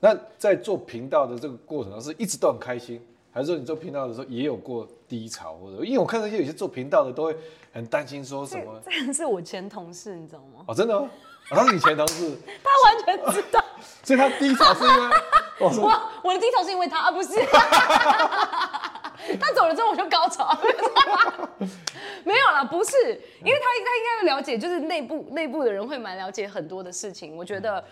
Speaker 3: 那在做频道的这个过程，是一直都很开心，还是说你做频道的时候也有过低潮？或者因为我看那些有些做频道的都会很担心说什么
Speaker 2: 这个是我前同事，你知道吗？
Speaker 3: 哦，真的哦，哦他是你前同事，
Speaker 2: 他完全知道
Speaker 3: 所以他低潮是因为我说
Speaker 2: 我我的低头是因为他啊，不是。 他走了之后我就高潮， 没有啦，不是，因为他他应该会了解，就是内部内部的人会蛮了解很多的事情。我觉得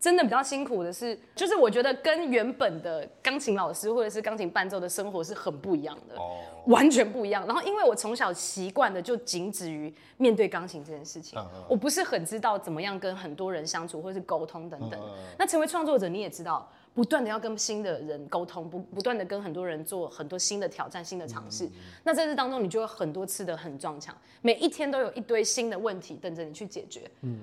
Speaker 2: 真的比较辛苦的是，就是我觉得跟原本的钢琴老师或者是钢琴伴奏的生活是很不一样的，完全不一样。然后因为我从小习惯的就仅止于面对钢琴这件事情，我不是很知道怎么样跟很多人相处或是沟通等等。那成为创作者，你也知道。不断的要跟新的人沟通，不不断的跟很多人做很多新的挑战、新的尝试。那在这当中，你就会很多次的很撞墙，每一天都有一堆新的问题等着你去解决。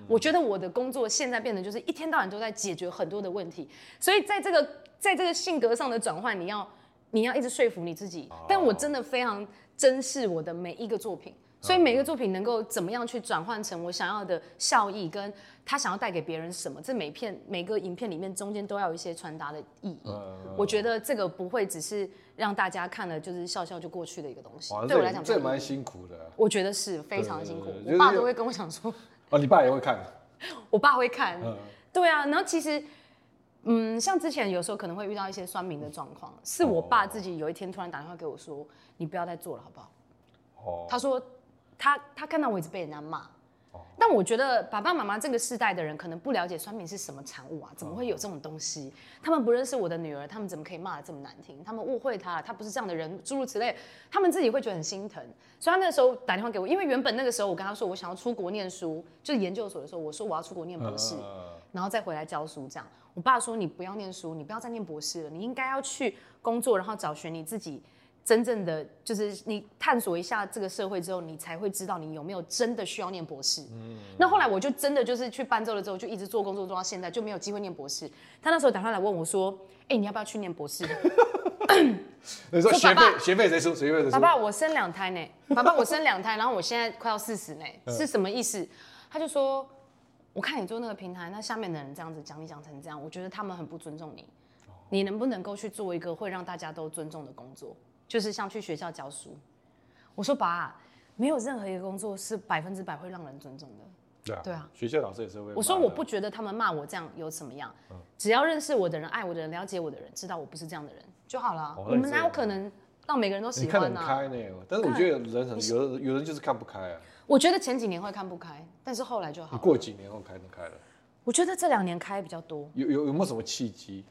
Speaker 2: 我觉得我的工作现在变得就是一天到晚都在解决很多的问题，所以在这个在这个性格上的转换，你要你要一直说服你自己。
Speaker 3: 哦
Speaker 2: 但我真的非常珍视我的每一个作品。
Speaker 3: 嗯
Speaker 2: 所以每个作品能够怎么样去转换成我想要的效益，跟他想要带给别人什么，这每片每个影片里面中间都要有一些传达的意义。
Speaker 3: 嗯
Speaker 2: 我觉得这个不会只是让大家看了就是笑笑就过去的一个东西
Speaker 3: 哇，。
Speaker 2: 对我
Speaker 3: 这
Speaker 2: 来讲，
Speaker 3: 这蛮辛苦的
Speaker 2: 我觉得是非常的辛苦
Speaker 3: 对对。对
Speaker 2: 我爸
Speaker 3: 就是
Speaker 2: 都会跟我讲 说，
Speaker 3: 哦。你爸也会看，
Speaker 2: 我爸会看
Speaker 3: 嗯。
Speaker 2: 对啊，然后其实，嗯，像之前有时候可能会遇到一些酸民的状况，是我爸自己有一天突然打电话给我说：“你不要再做了，好不好？”
Speaker 3: 哦，
Speaker 2: 他说他他看到我一直被人家骂。但我觉得爸爸妈妈这个世代的人可能不了解酸民是什么产物啊，怎么会有这种东西？他们不认识我的女儿，他们怎么可以骂的这么难听？他们误会她，她不是这样的人，诸如此类，他们自己会觉得很心疼。所以他那时候打电话给我，因为原本那个时候我跟他说我想要出国念书，就是研究所的时候，我说我要出国念博士。
Speaker 3: 呃
Speaker 2: 然后再回来教书这样。我爸说你不要念书，你不要再念博士了，你应该要去工作，然后找寻你自己真正的，就是你探索一下这个社会之后，你才会知道你有没有真的需要念博士。那后来我就真的就是去伴奏了之后，就一直做工作做到现在，就没有机会念博士。他那时候打电话来问我说：“哎、你要不要去念博士？”
Speaker 3: 你说
Speaker 2: 说
Speaker 3: 学
Speaker 2: 爸爸
Speaker 3: 费学费谁出？学费谁出
Speaker 2: 爸？爸，我生两胎呢。爸爸，我生两胎，然后我现在快要四十呢，
Speaker 3: 嗯
Speaker 2: 是什么意思？他就说，我看你做那个平台，那下面的人这样子讲你讲成这样，我觉得他们很不尊重你。你能不能够去做一个会让大家都尊重的工作？就是像去学校教书。我说爸，没有任何一个工作是百分之百会让人尊重的。
Speaker 3: 对啊
Speaker 2: 对啊
Speaker 3: 学校老师也是会骂的。
Speaker 2: 我说我不觉得他们骂我这样有怎么样，
Speaker 3: 嗯
Speaker 2: 只要认识我的人、爱我的人、了解我的人，知道我不是这样的人就好了啊。
Speaker 3: 哦
Speaker 2: 我们
Speaker 3: 那你这
Speaker 2: 哪有可能让每个人都
Speaker 3: 你
Speaker 2: 喜
Speaker 3: 看得
Speaker 2: 欢啊
Speaker 3: 很
Speaker 2: 呢、
Speaker 3: 开呢，但是我觉得人很有的有人就是看不开啊。
Speaker 2: 我觉得前几年会看不开，但是后来就好
Speaker 3: 你
Speaker 2: 了。
Speaker 3: 过几年后开能开了，
Speaker 2: 我觉得这两年开比较多。
Speaker 3: 有有有没有什么契机，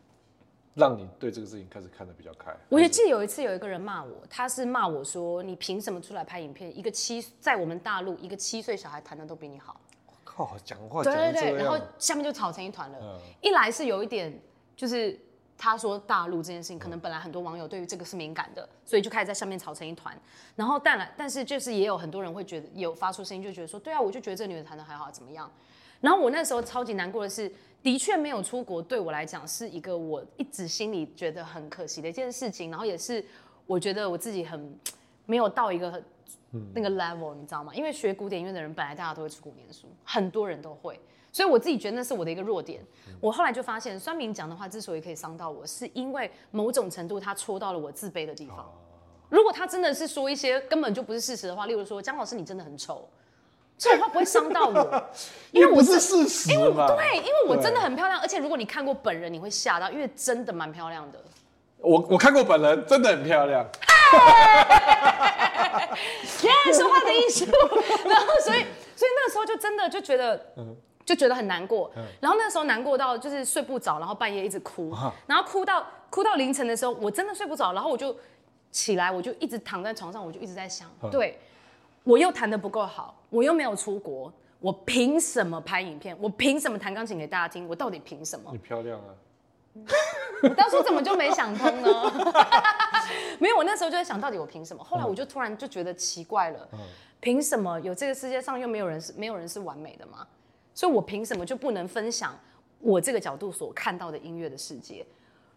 Speaker 3: 让你对这个事情开始看得比较开？
Speaker 2: 我也记得有一次有一个人骂我，他是骂我说：“你凭什么出来拍影片？一个七在我们大陆，一个七岁小孩弹的都比你好。
Speaker 3: 靠，讲话”讲
Speaker 2: 对对
Speaker 3: 成
Speaker 2: 对，
Speaker 3: 这
Speaker 2: 然后
Speaker 3: 样，
Speaker 2: 下面就吵成一团了。
Speaker 3: 嗯
Speaker 2: 一来是有一点，就是他说大陆这件事情，可
Speaker 3: 嗯
Speaker 2: 能本来很多网友对于这个是敏感的，所以就开始在下面吵成一团。然后但但是就是也有很多人会觉得有发出声音，就觉得说，对啊，我就觉得这女的弹的还好，啊怎么样？然后我那时候超级难过的是，的确没有出国，对我来讲是一个我一直心里觉得很可惜的一件事情，然后也是我觉得我自己很没有到一个很那个 level，你知道吗？因为学古典音乐的人本来大家都会出国念书，很多人都会，所以我自己觉得那是我的一个弱点。我后来就发现，酸民讲的话之所以可以伤到我，是因为某种程度他戳到了我自卑的地方。如果他真的是说一些根本就不是事实的话，例如说姜老师你真的很丑，这种话不会伤到我，因为
Speaker 3: 也不
Speaker 2: 我
Speaker 3: 是
Speaker 2: 真
Speaker 3: 事实嘛。
Speaker 2: 对，因为我
Speaker 3: 对
Speaker 2: 真的很漂亮，而且如果你看过本人，你会吓到，因为真的蛮漂亮的。
Speaker 3: 我我看过本人，真的很漂亮。
Speaker 2: 耶，说话的艺术。然后所以所以那时候就真的就觉得，就觉得很难过。然后那时候难过到就是睡不着，然后半夜一直哭，然后哭到哭到凌晨的时候，我真的睡不着，然后我就起来，我就一直躺在床上，我就一直在想，对我又弹的不够好，我又没有出国。我凭什么拍影片？我凭什么弹钢琴给大家听？我到底凭什么？
Speaker 3: 你漂亮啊！
Speaker 2: 我当初怎么就没想通呢？ 没有，我那时候就在想，到底我凭什么？后来我就突然就觉得奇怪了，凭什么有这个世界上又没有人是没有人是完美的吗？所以我凭什么就不能分享我这个角度所看到的音乐的世界？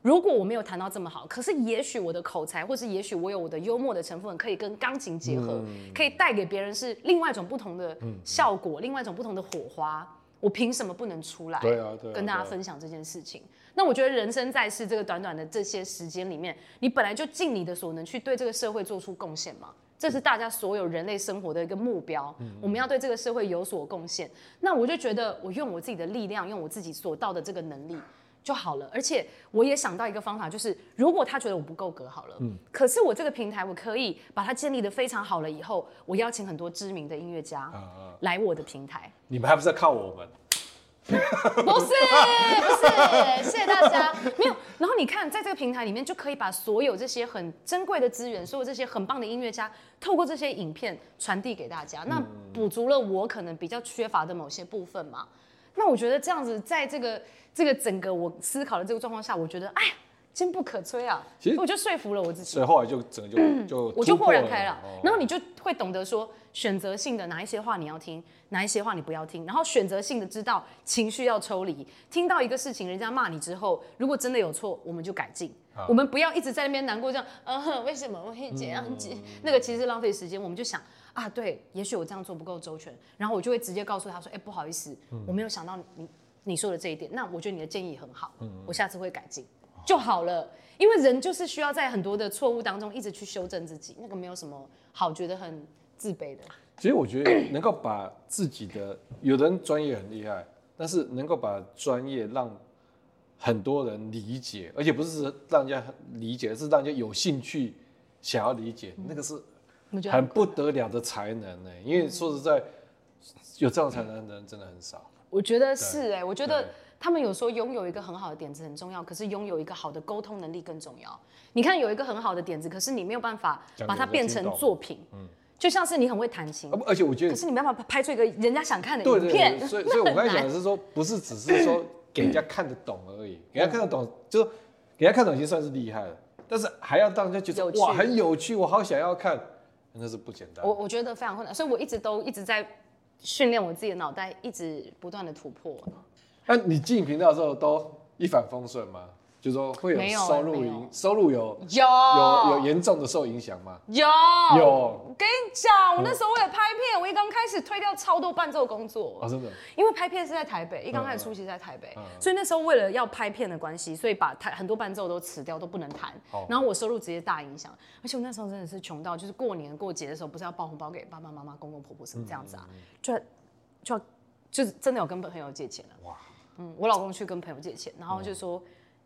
Speaker 2: 如果我没有弹到这么好，可是也许我的口才，或是也许我有我的幽默的成分，可以跟钢琴结合，
Speaker 3: 嗯
Speaker 2: 可以带给别人是另外一种不同的效果，另外一种不同的火花。我凭什么不能出来？
Speaker 3: 对啊对啊
Speaker 2: 跟大家
Speaker 3: 对啊
Speaker 2: 分享这件事情。那我觉得人生在世这个短短的这些时间里面，你本来就尽你的所能去对这个社会做出贡献嘛。这是大家所有人类生活的一个目标，
Speaker 3: 嗯
Speaker 2: 我们要对这个社会有所贡献。那我就觉得，我用我自己的力量，用我自己所到的这个能力就好了。而且我也想到一个方法，就是如果他觉得我不够格好了，可是我这个平台我可以把它建立的非常好了以后，我邀请很多知名的音乐家来我的平台，
Speaker 3: 你们还不是要靠我们？
Speaker 2: 不是不是，谢谢大家。没有，然后你看，在这个平台里面，就可以把所有这些很珍贵的资源，所有这些很棒的音乐家，透过这些影片传递给大家，那
Speaker 3: 嗯
Speaker 2: 补足了我可能比较缺乏的某些部分嘛。那我觉得这样子，在这个这个整个我思考的这个状况下，我觉得，哎呀，坚不可摧啊！
Speaker 3: 其实呃
Speaker 2: 我就说服了我自己。
Speaker 3: 所以后来就整个就就
Speaker 2: 嗯我就
Speaker 3: 突
Speaker 2: 豁
Speaker 3: 破
Speaker 2: 然开朗，
Speaker 3: 哦
Speaker 2: 然后你就会懂得说选择性的哪一些话你要听，哪一些话你不要听，然后选择性的知道情绪要抽离。听到一个事情，人家骂你之后，如果真的有错，我们就改进。
Speaker 3: 啊
Speaker 2: 我们不要一直在那边难过，这样，嗯、呃，为什么我会这样子？
Speaker 3: 嗯
Speaker 2: 那个其实是浪费时间。我们就想啊，对，也许我这样做不够周全，然后我就会直接告诉他说，哎、不好意思，
Speaker 3: 嗯
Speaker 2: 我没有想到你你说的这一点，那我觉得你的建议很好，
Speaker 3: 嗯
Speaker 2: 我下次会改进就好了。因为人就是需要在很多的错误当中一直去修正自己，那个没有什么好觉得很自卑的。
Speaker 3: 其实我觉得能够把自己的，有的人专业很厉害，但是能够把专业让很多人理解，而且不是让人家理解，是让人家有兴趣想要理解，那个是
Speaker 2: 我觉得
Speaker 3: 很不得了的才能呢、
Speaker 2: 嗯
Speaker 3: 因为说实在，有这样才能的人真的很少。啊
Speaker 2: 我觉得是哎、我觉得
Speaker 3: 对
Speaker 2: 他们有说拥有一个很好的点子很重要，可是拥有一个好的沟通能力更重要。你看有一个很好的点子，可是你没有办法
Speaker 3: 讲给
Speaker 2: 把它
Speaker 3: 人家
Speaker 2: 变
Speaker 3: 听
Speaker 2: 成
Speaker 3: 懂嗯
Speaker 2: 作品，就像是你很会弹琴
Speaker 3: 啊，不，而且我觉
Speaker 2: 可
Speaker 3: 得
Speaker 2: 是你没办法拍出一个人家想看的
Speaker 3: 对
Speaker 2: 影
Speaker 3: 对
Speaker 2: 片。
Speaker 3: 对，所以所以我刚才讲的是说，不是只是说给人家看得懂而已，给人家看得懂，就是给人家看得懂已经算是厉害了，但是还要让人家觉
Speaker 2: 有
Speaker 3: 得
Speaker 2: 趣
Speaker 3: 哇很有趣，我好想要看，那是不简单。
Speaker 2: 我我觉得非常困难，所以我一直都一直在训练我自己的脑袋，一直不断的突破。
Speaker 3: 那你进频道之后都一帆风顺吗？就说会
Speaker 2: 没有
Speaker 3: 有
Speaker 2: 欸
Speaker 3: 收入
Speaker 2: 没有
Speaker 3: 影收入有
Speaker 2: 有哦
Speaker 3: 有有严重的受影响吗？
Speaker 2: 有
Speaker 3: 有
Speaker 2: 我跟你讲，我那时候为了拍片，我一刚开始推掉超多伴奏工作。
Speaker 3: 哦，真嗯的
Speaker 2: 因为拍片是在台北，一刚开始初期是在台北，所以那时候为了要拍片的关系，所以把台很多伴奏都辞掉，都不能弹。
Speaker 3: 哦
Speaker 2: 然后我收入直接大影响，而且我那时候真的是穷到，就是过年过节的时候，不是要包红包给爸爸妈妈、公公婆婆什么这样子
Speaker 3: 嗯
Speaker 2: 啊，就要就要就是真的有跟朋友借钱了、
Speaker 3: 哇
Speaker 2: 哇，嗯，我老公去跟朋友借钱，然后就
Speaker 3: 哦
Speaker 2: 说。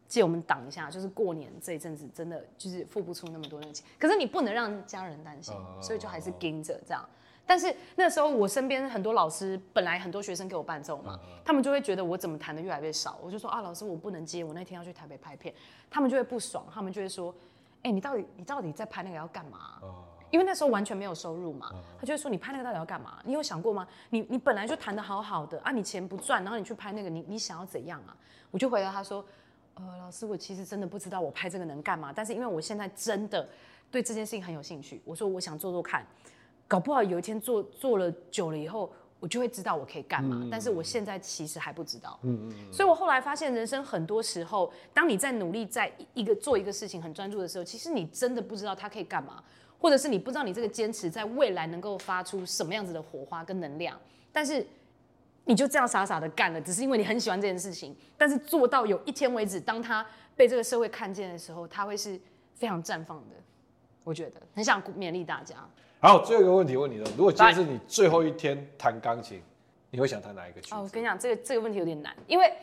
Speaker 2: 借我们挡一下，就是过年这一阵子真的就是付不出那么多那个钱，可是你不能让家人担心，
Speaker 3: 哦
Speaker 2: 所以就还是盯着这样。但是那时候我身边很多老师，本来很多学生给我伴奏嘛，
Speaker 3: 嗯
Speaker 2: 他们就会觉得我怎么弹的越来越少，我就说啊，老师我不能接，我那天要去台北拍片，他们就会不爽，他们就会说，哎、你到底你到底在拍那个要干嘛、
Speaker 3: 哦
Speaker 2: 因为那时候完全没有收入嘛，他就会说你拍那个到底要干嘛？你有想过吗？你你本来就弹的好好的啊，你钱不赚，然后你去拍那个，你你想要怎样啊？我就回答他说，呃，老师，我其实真的不知道我拍这个能干嘛，但是因为我现在真的对这件事情很有兴趣，我说我想做做看，搞不好有一天做做了久了以后，我就会知道我可以干嘛。但是我现在其实还不知道。嗯嗯。所以我后来发现，人生很多时候，当你在努力在一个做一个事情很专注的时候，其实你真的不知道它可以干嘛，或者是你不知道你这个坚持在未来能够发出什么样子的火花跟能量，但是。你就这样傻傻的干了，只是因为你很喜欢这件事情。但是做到有一天为止，当他被这个社会看见的时候，他会是非常绽放的。我觉得很想鼓勉励大家。
Speaker 3: 好，最后一个问题问你了，如果今天是你最后一天弹钢琴，你会想弹哪一个曲
Speaker 2: 哦，我
Speaker 3: 子？
Speaker 2: 跟你讲，这个这个问题有点难，因为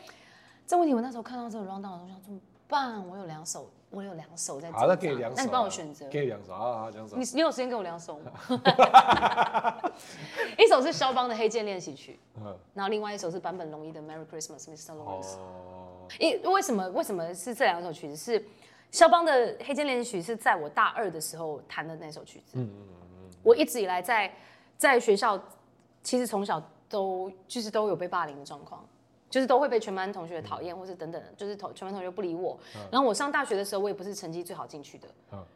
Speaker 2: 这问题我那时候看到这个 round down，我想怎么办？我有两首，我有两首在。
Speaker 3: 好，那给你两首啊，
Speaker 2: 那你帮我选择。
Speaker 3: 给你两首啊，好两首
Speaker 2: 你。你有时间给我两首 吗？ 一首是肖邦的《黑键练习曲》，
Speaker 3: 嗯
Speaker 2: 然后另外一首是坂本龙一的《Merry Christmas, Mr. Lawrence》。
Speaker 3: 哦，
Speaker 2: 因为什么为什么是这两首曲子？是肖邦的《黑键练习曲》是在我大二的时候弹的那首曲子。嗯我一直以来在在学校，其实从小都就是都有被霸凌的状况。就是都会被全班同学讨厌，或是等等，就是同全班同学不理我。然后我上大学的时候，我也不是成绩最好进去的。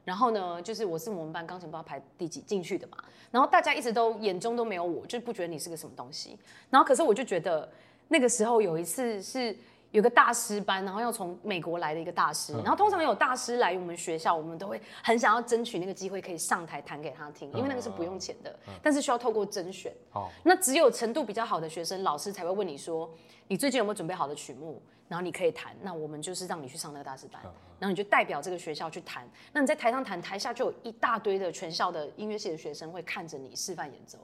Speaker 2: 然后呢，就是我是我们班钢琴不知道排第几进去的嘛。然后大家一直都眼中都没有我，就是不觉得你是个什么东西。然后可是我就觉得那个时候有一次是有个大师班，然后要从美国来的一个大师，然后通常有大师来我们学校，我们都会很想要争取那个机会可以上台弹给他听，因为那个是不用钱的，但是需要透过甄选。
Speaker 3: 哦
Speaker 2: 那只有程度比较好的学生，老师才会问你说，你最近有没有准备好的曲目，然后你可以弹。那我们就是让你去上那个大师班，然后你就代表这个学校去弹。那你在台上弹，台下就有一大堆的全校的音乐系的学生会看着你示范演奏。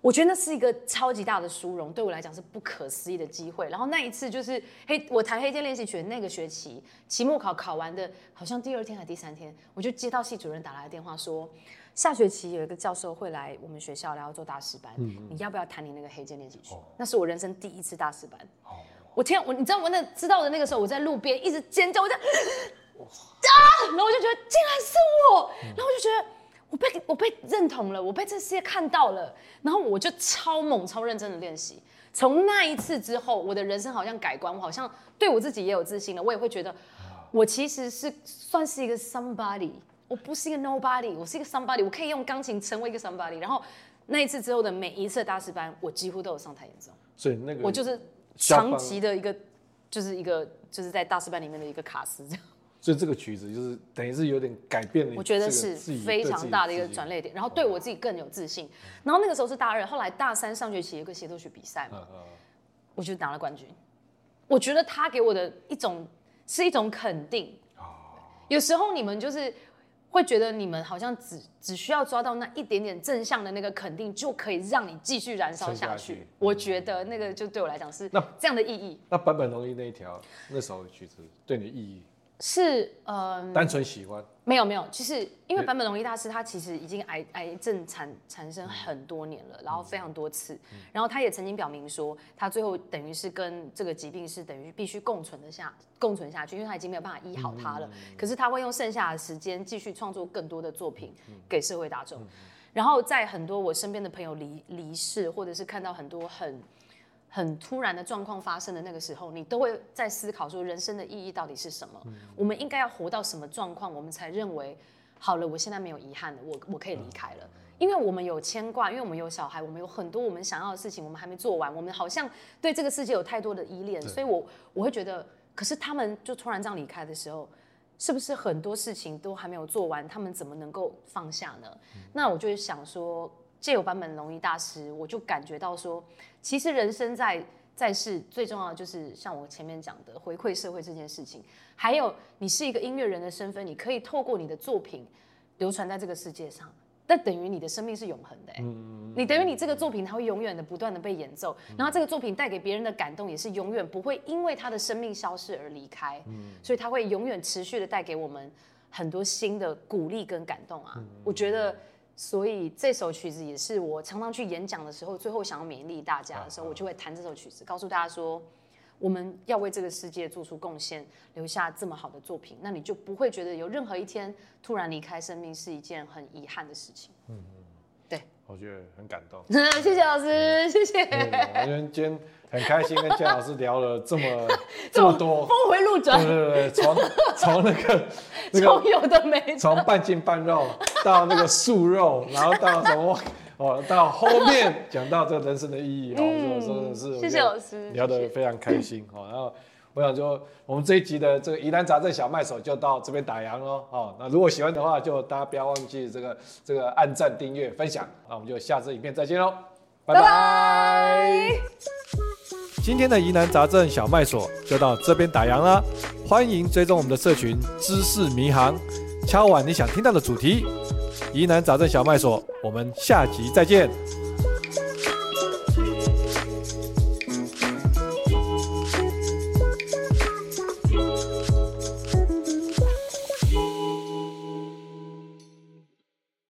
Speaker 2: 我觉得那是一个超级大的殊荣，对我来讲是不可思议的机会。然后那一次就是黑，我弹黑键练习曲的那个学期，期末考考完的，好像第二天还第三天，我就接到系主任打来的电话说，下学期有一个教授会来我们学校，然后做大师班，你要不要弹你那个黑键练习曲？那是我人生第一次大师班。我天啊，我你知道我那知道的那个时候，我在路边一直尖叫，我在。然后我就觉得竟然是我，
Speaker 3: 嗯
Speaker 2: 然后我就觉得我被我被认同了，我被这世界看到了，然后我就超猛超认真的练习。从那一次之后，我的人生好像改观，我好像对我自己也有自信了。我也会觉得，
Speaker 3: 啊
Speaker 2: 我其实是算是一个 somebody，我不是一个 nobody，我是一个 somebody，我可以用钢琴成为一个 somebody。然后那一次之后的每一次的大师班，我几乎都有上台演奏，
Speaker 3: 所以那个
Speaker 2: 我就是
Speaker 3: 下班
Speaker 2: 长期的一个，就是一个就是在大师班里面的一个卡司这样。
Speaker 3: 所以这个曲子就是等于是有点改变了你
Speaker 2: 我觉得
Speaker 3: 这
Speaker 2: 是
Speaker 3: 个自己
Speaker 2: 非
Speaker 3: 对自
Speaker 2: 常
Speaker 3: 己
Speaker 2: 大的一个
Speaker 3: 自己
Speaker 2: 转捩点，然后对我自己更有自信。然后那个时候是大二，后来大三上学期有一个协奏曲比赛
Speaker 3: 嗯
Speaker 2: 嘛，我就拿了冠军。我觉得他给我的一种是一种肯定。
Speaker 3: 哦
Speaker 2: 有时候你们就是会觉得你们好像只只需要抓到那一点点正向的那个肯定，就可以让你继续燃烧
Speaker 3: 撑下
Speaker 2: 下
Speaker 3: 去嗯
Speaker 2: 去。我觉得那个就对我来讲是
Speaker 3: 那
Speaker 2: 这样的意义，
Speaker 3: 那坂本龙一那一条那首曲子对你的意义，
Speaker 2: 是嗯。
Speaker 3: 单纯喜欢，
Speaker 2: 没有没有，就是因为坂本龙一大师他其实已经癌癌症缠缠身很多年了，然后非常多次，然后他也曾经表明说，他最后等于是跟这个疾病是等于必须共存的下共存下去，因为他已经没有办法医好他了。可是他会用剩下的时间继续创作更多的作品给社会大众。然后在很多我身边的朋友离离世，或者是看到很多很很突然的状况发生的那个时候，你都会在思考说人生的意义到底是什么？我们应该要活到什么状况，我们才认为好了，我现在没有遗憾了，我我可以离开了。因为我们有牵挂，因为我们有小孩，我们有很多我们想要的事情，我们还没做完，我们好像对这个世界有太多的依恋，所以我我会觉得，可是他们就突然这样离开的时候，是不是很多事情都还没有做完，他们怎么能够放下呢？那我就会想说，借由版本龙一大师，我就感觉到说，其实人生在在世最重要的就是像我前面讲的回馈社会这件事情，还有你是一个音乐人的身份，你可以透过你的作品流传在这个世界上，那等于你的生命是永恒的、欸。你等于你这个作品，它会永远的不断的被演奏，然后这个作品带给别人的感动也是永远不会因为他的生命消逝而离开，所以它会永远持续的带给我们很多新的鼓励跟感动啊。我觉得，所以这首曲子也是我常常去演讲的时候，最后想要勉励大家的
Speaker 3: 啊
Speaker 2: 时候，我就会弹这首曲子，告诉大家说。我们要为这个世界做出贡献，留下这么好的作品，那你就不会觉得有任何一天突然离开生命是一件很遗憾的事情。
Speaker 3: 我觉得很感动。
Speaker 2: 谢谢老师，谢谢。
Speaker 3: 对我们今天很开心跟姜老师聊了 这么这么多，
Speaker 2: 峰回路转
Speaker 3: 对，对对，从从那个呃那
Speaker 2: 从
Speaker 3: 个
Speaker 2: 有的没的。
Speaker 3: 从半斤半肉到那个素肉，然后到什么哦，到后面讲到这人生的意义，哦，
Speaker 2: 嗯
Speaker 3: 这真的是我
Speaker 2: 谢谢
Speaker 3: 觉得
Speaker 2: 老师
Speaker 3: 聊得非常 开心哦。然后我想说，我们这一集的这个疑难杂症小麦手就到这边打烊喽哦。那如果喜欢的话，就大家不要忘记这个这个按赞、订阅、分享。那我们就下次影片再见喽，拜拜
Speaker 4: 今天的疑难杂症小麦所就到这边打烊啦，欢迎追踪我们的社群知识迷航，敲碗你想听到的主题。疑难杂症小麦所，我们下集再见，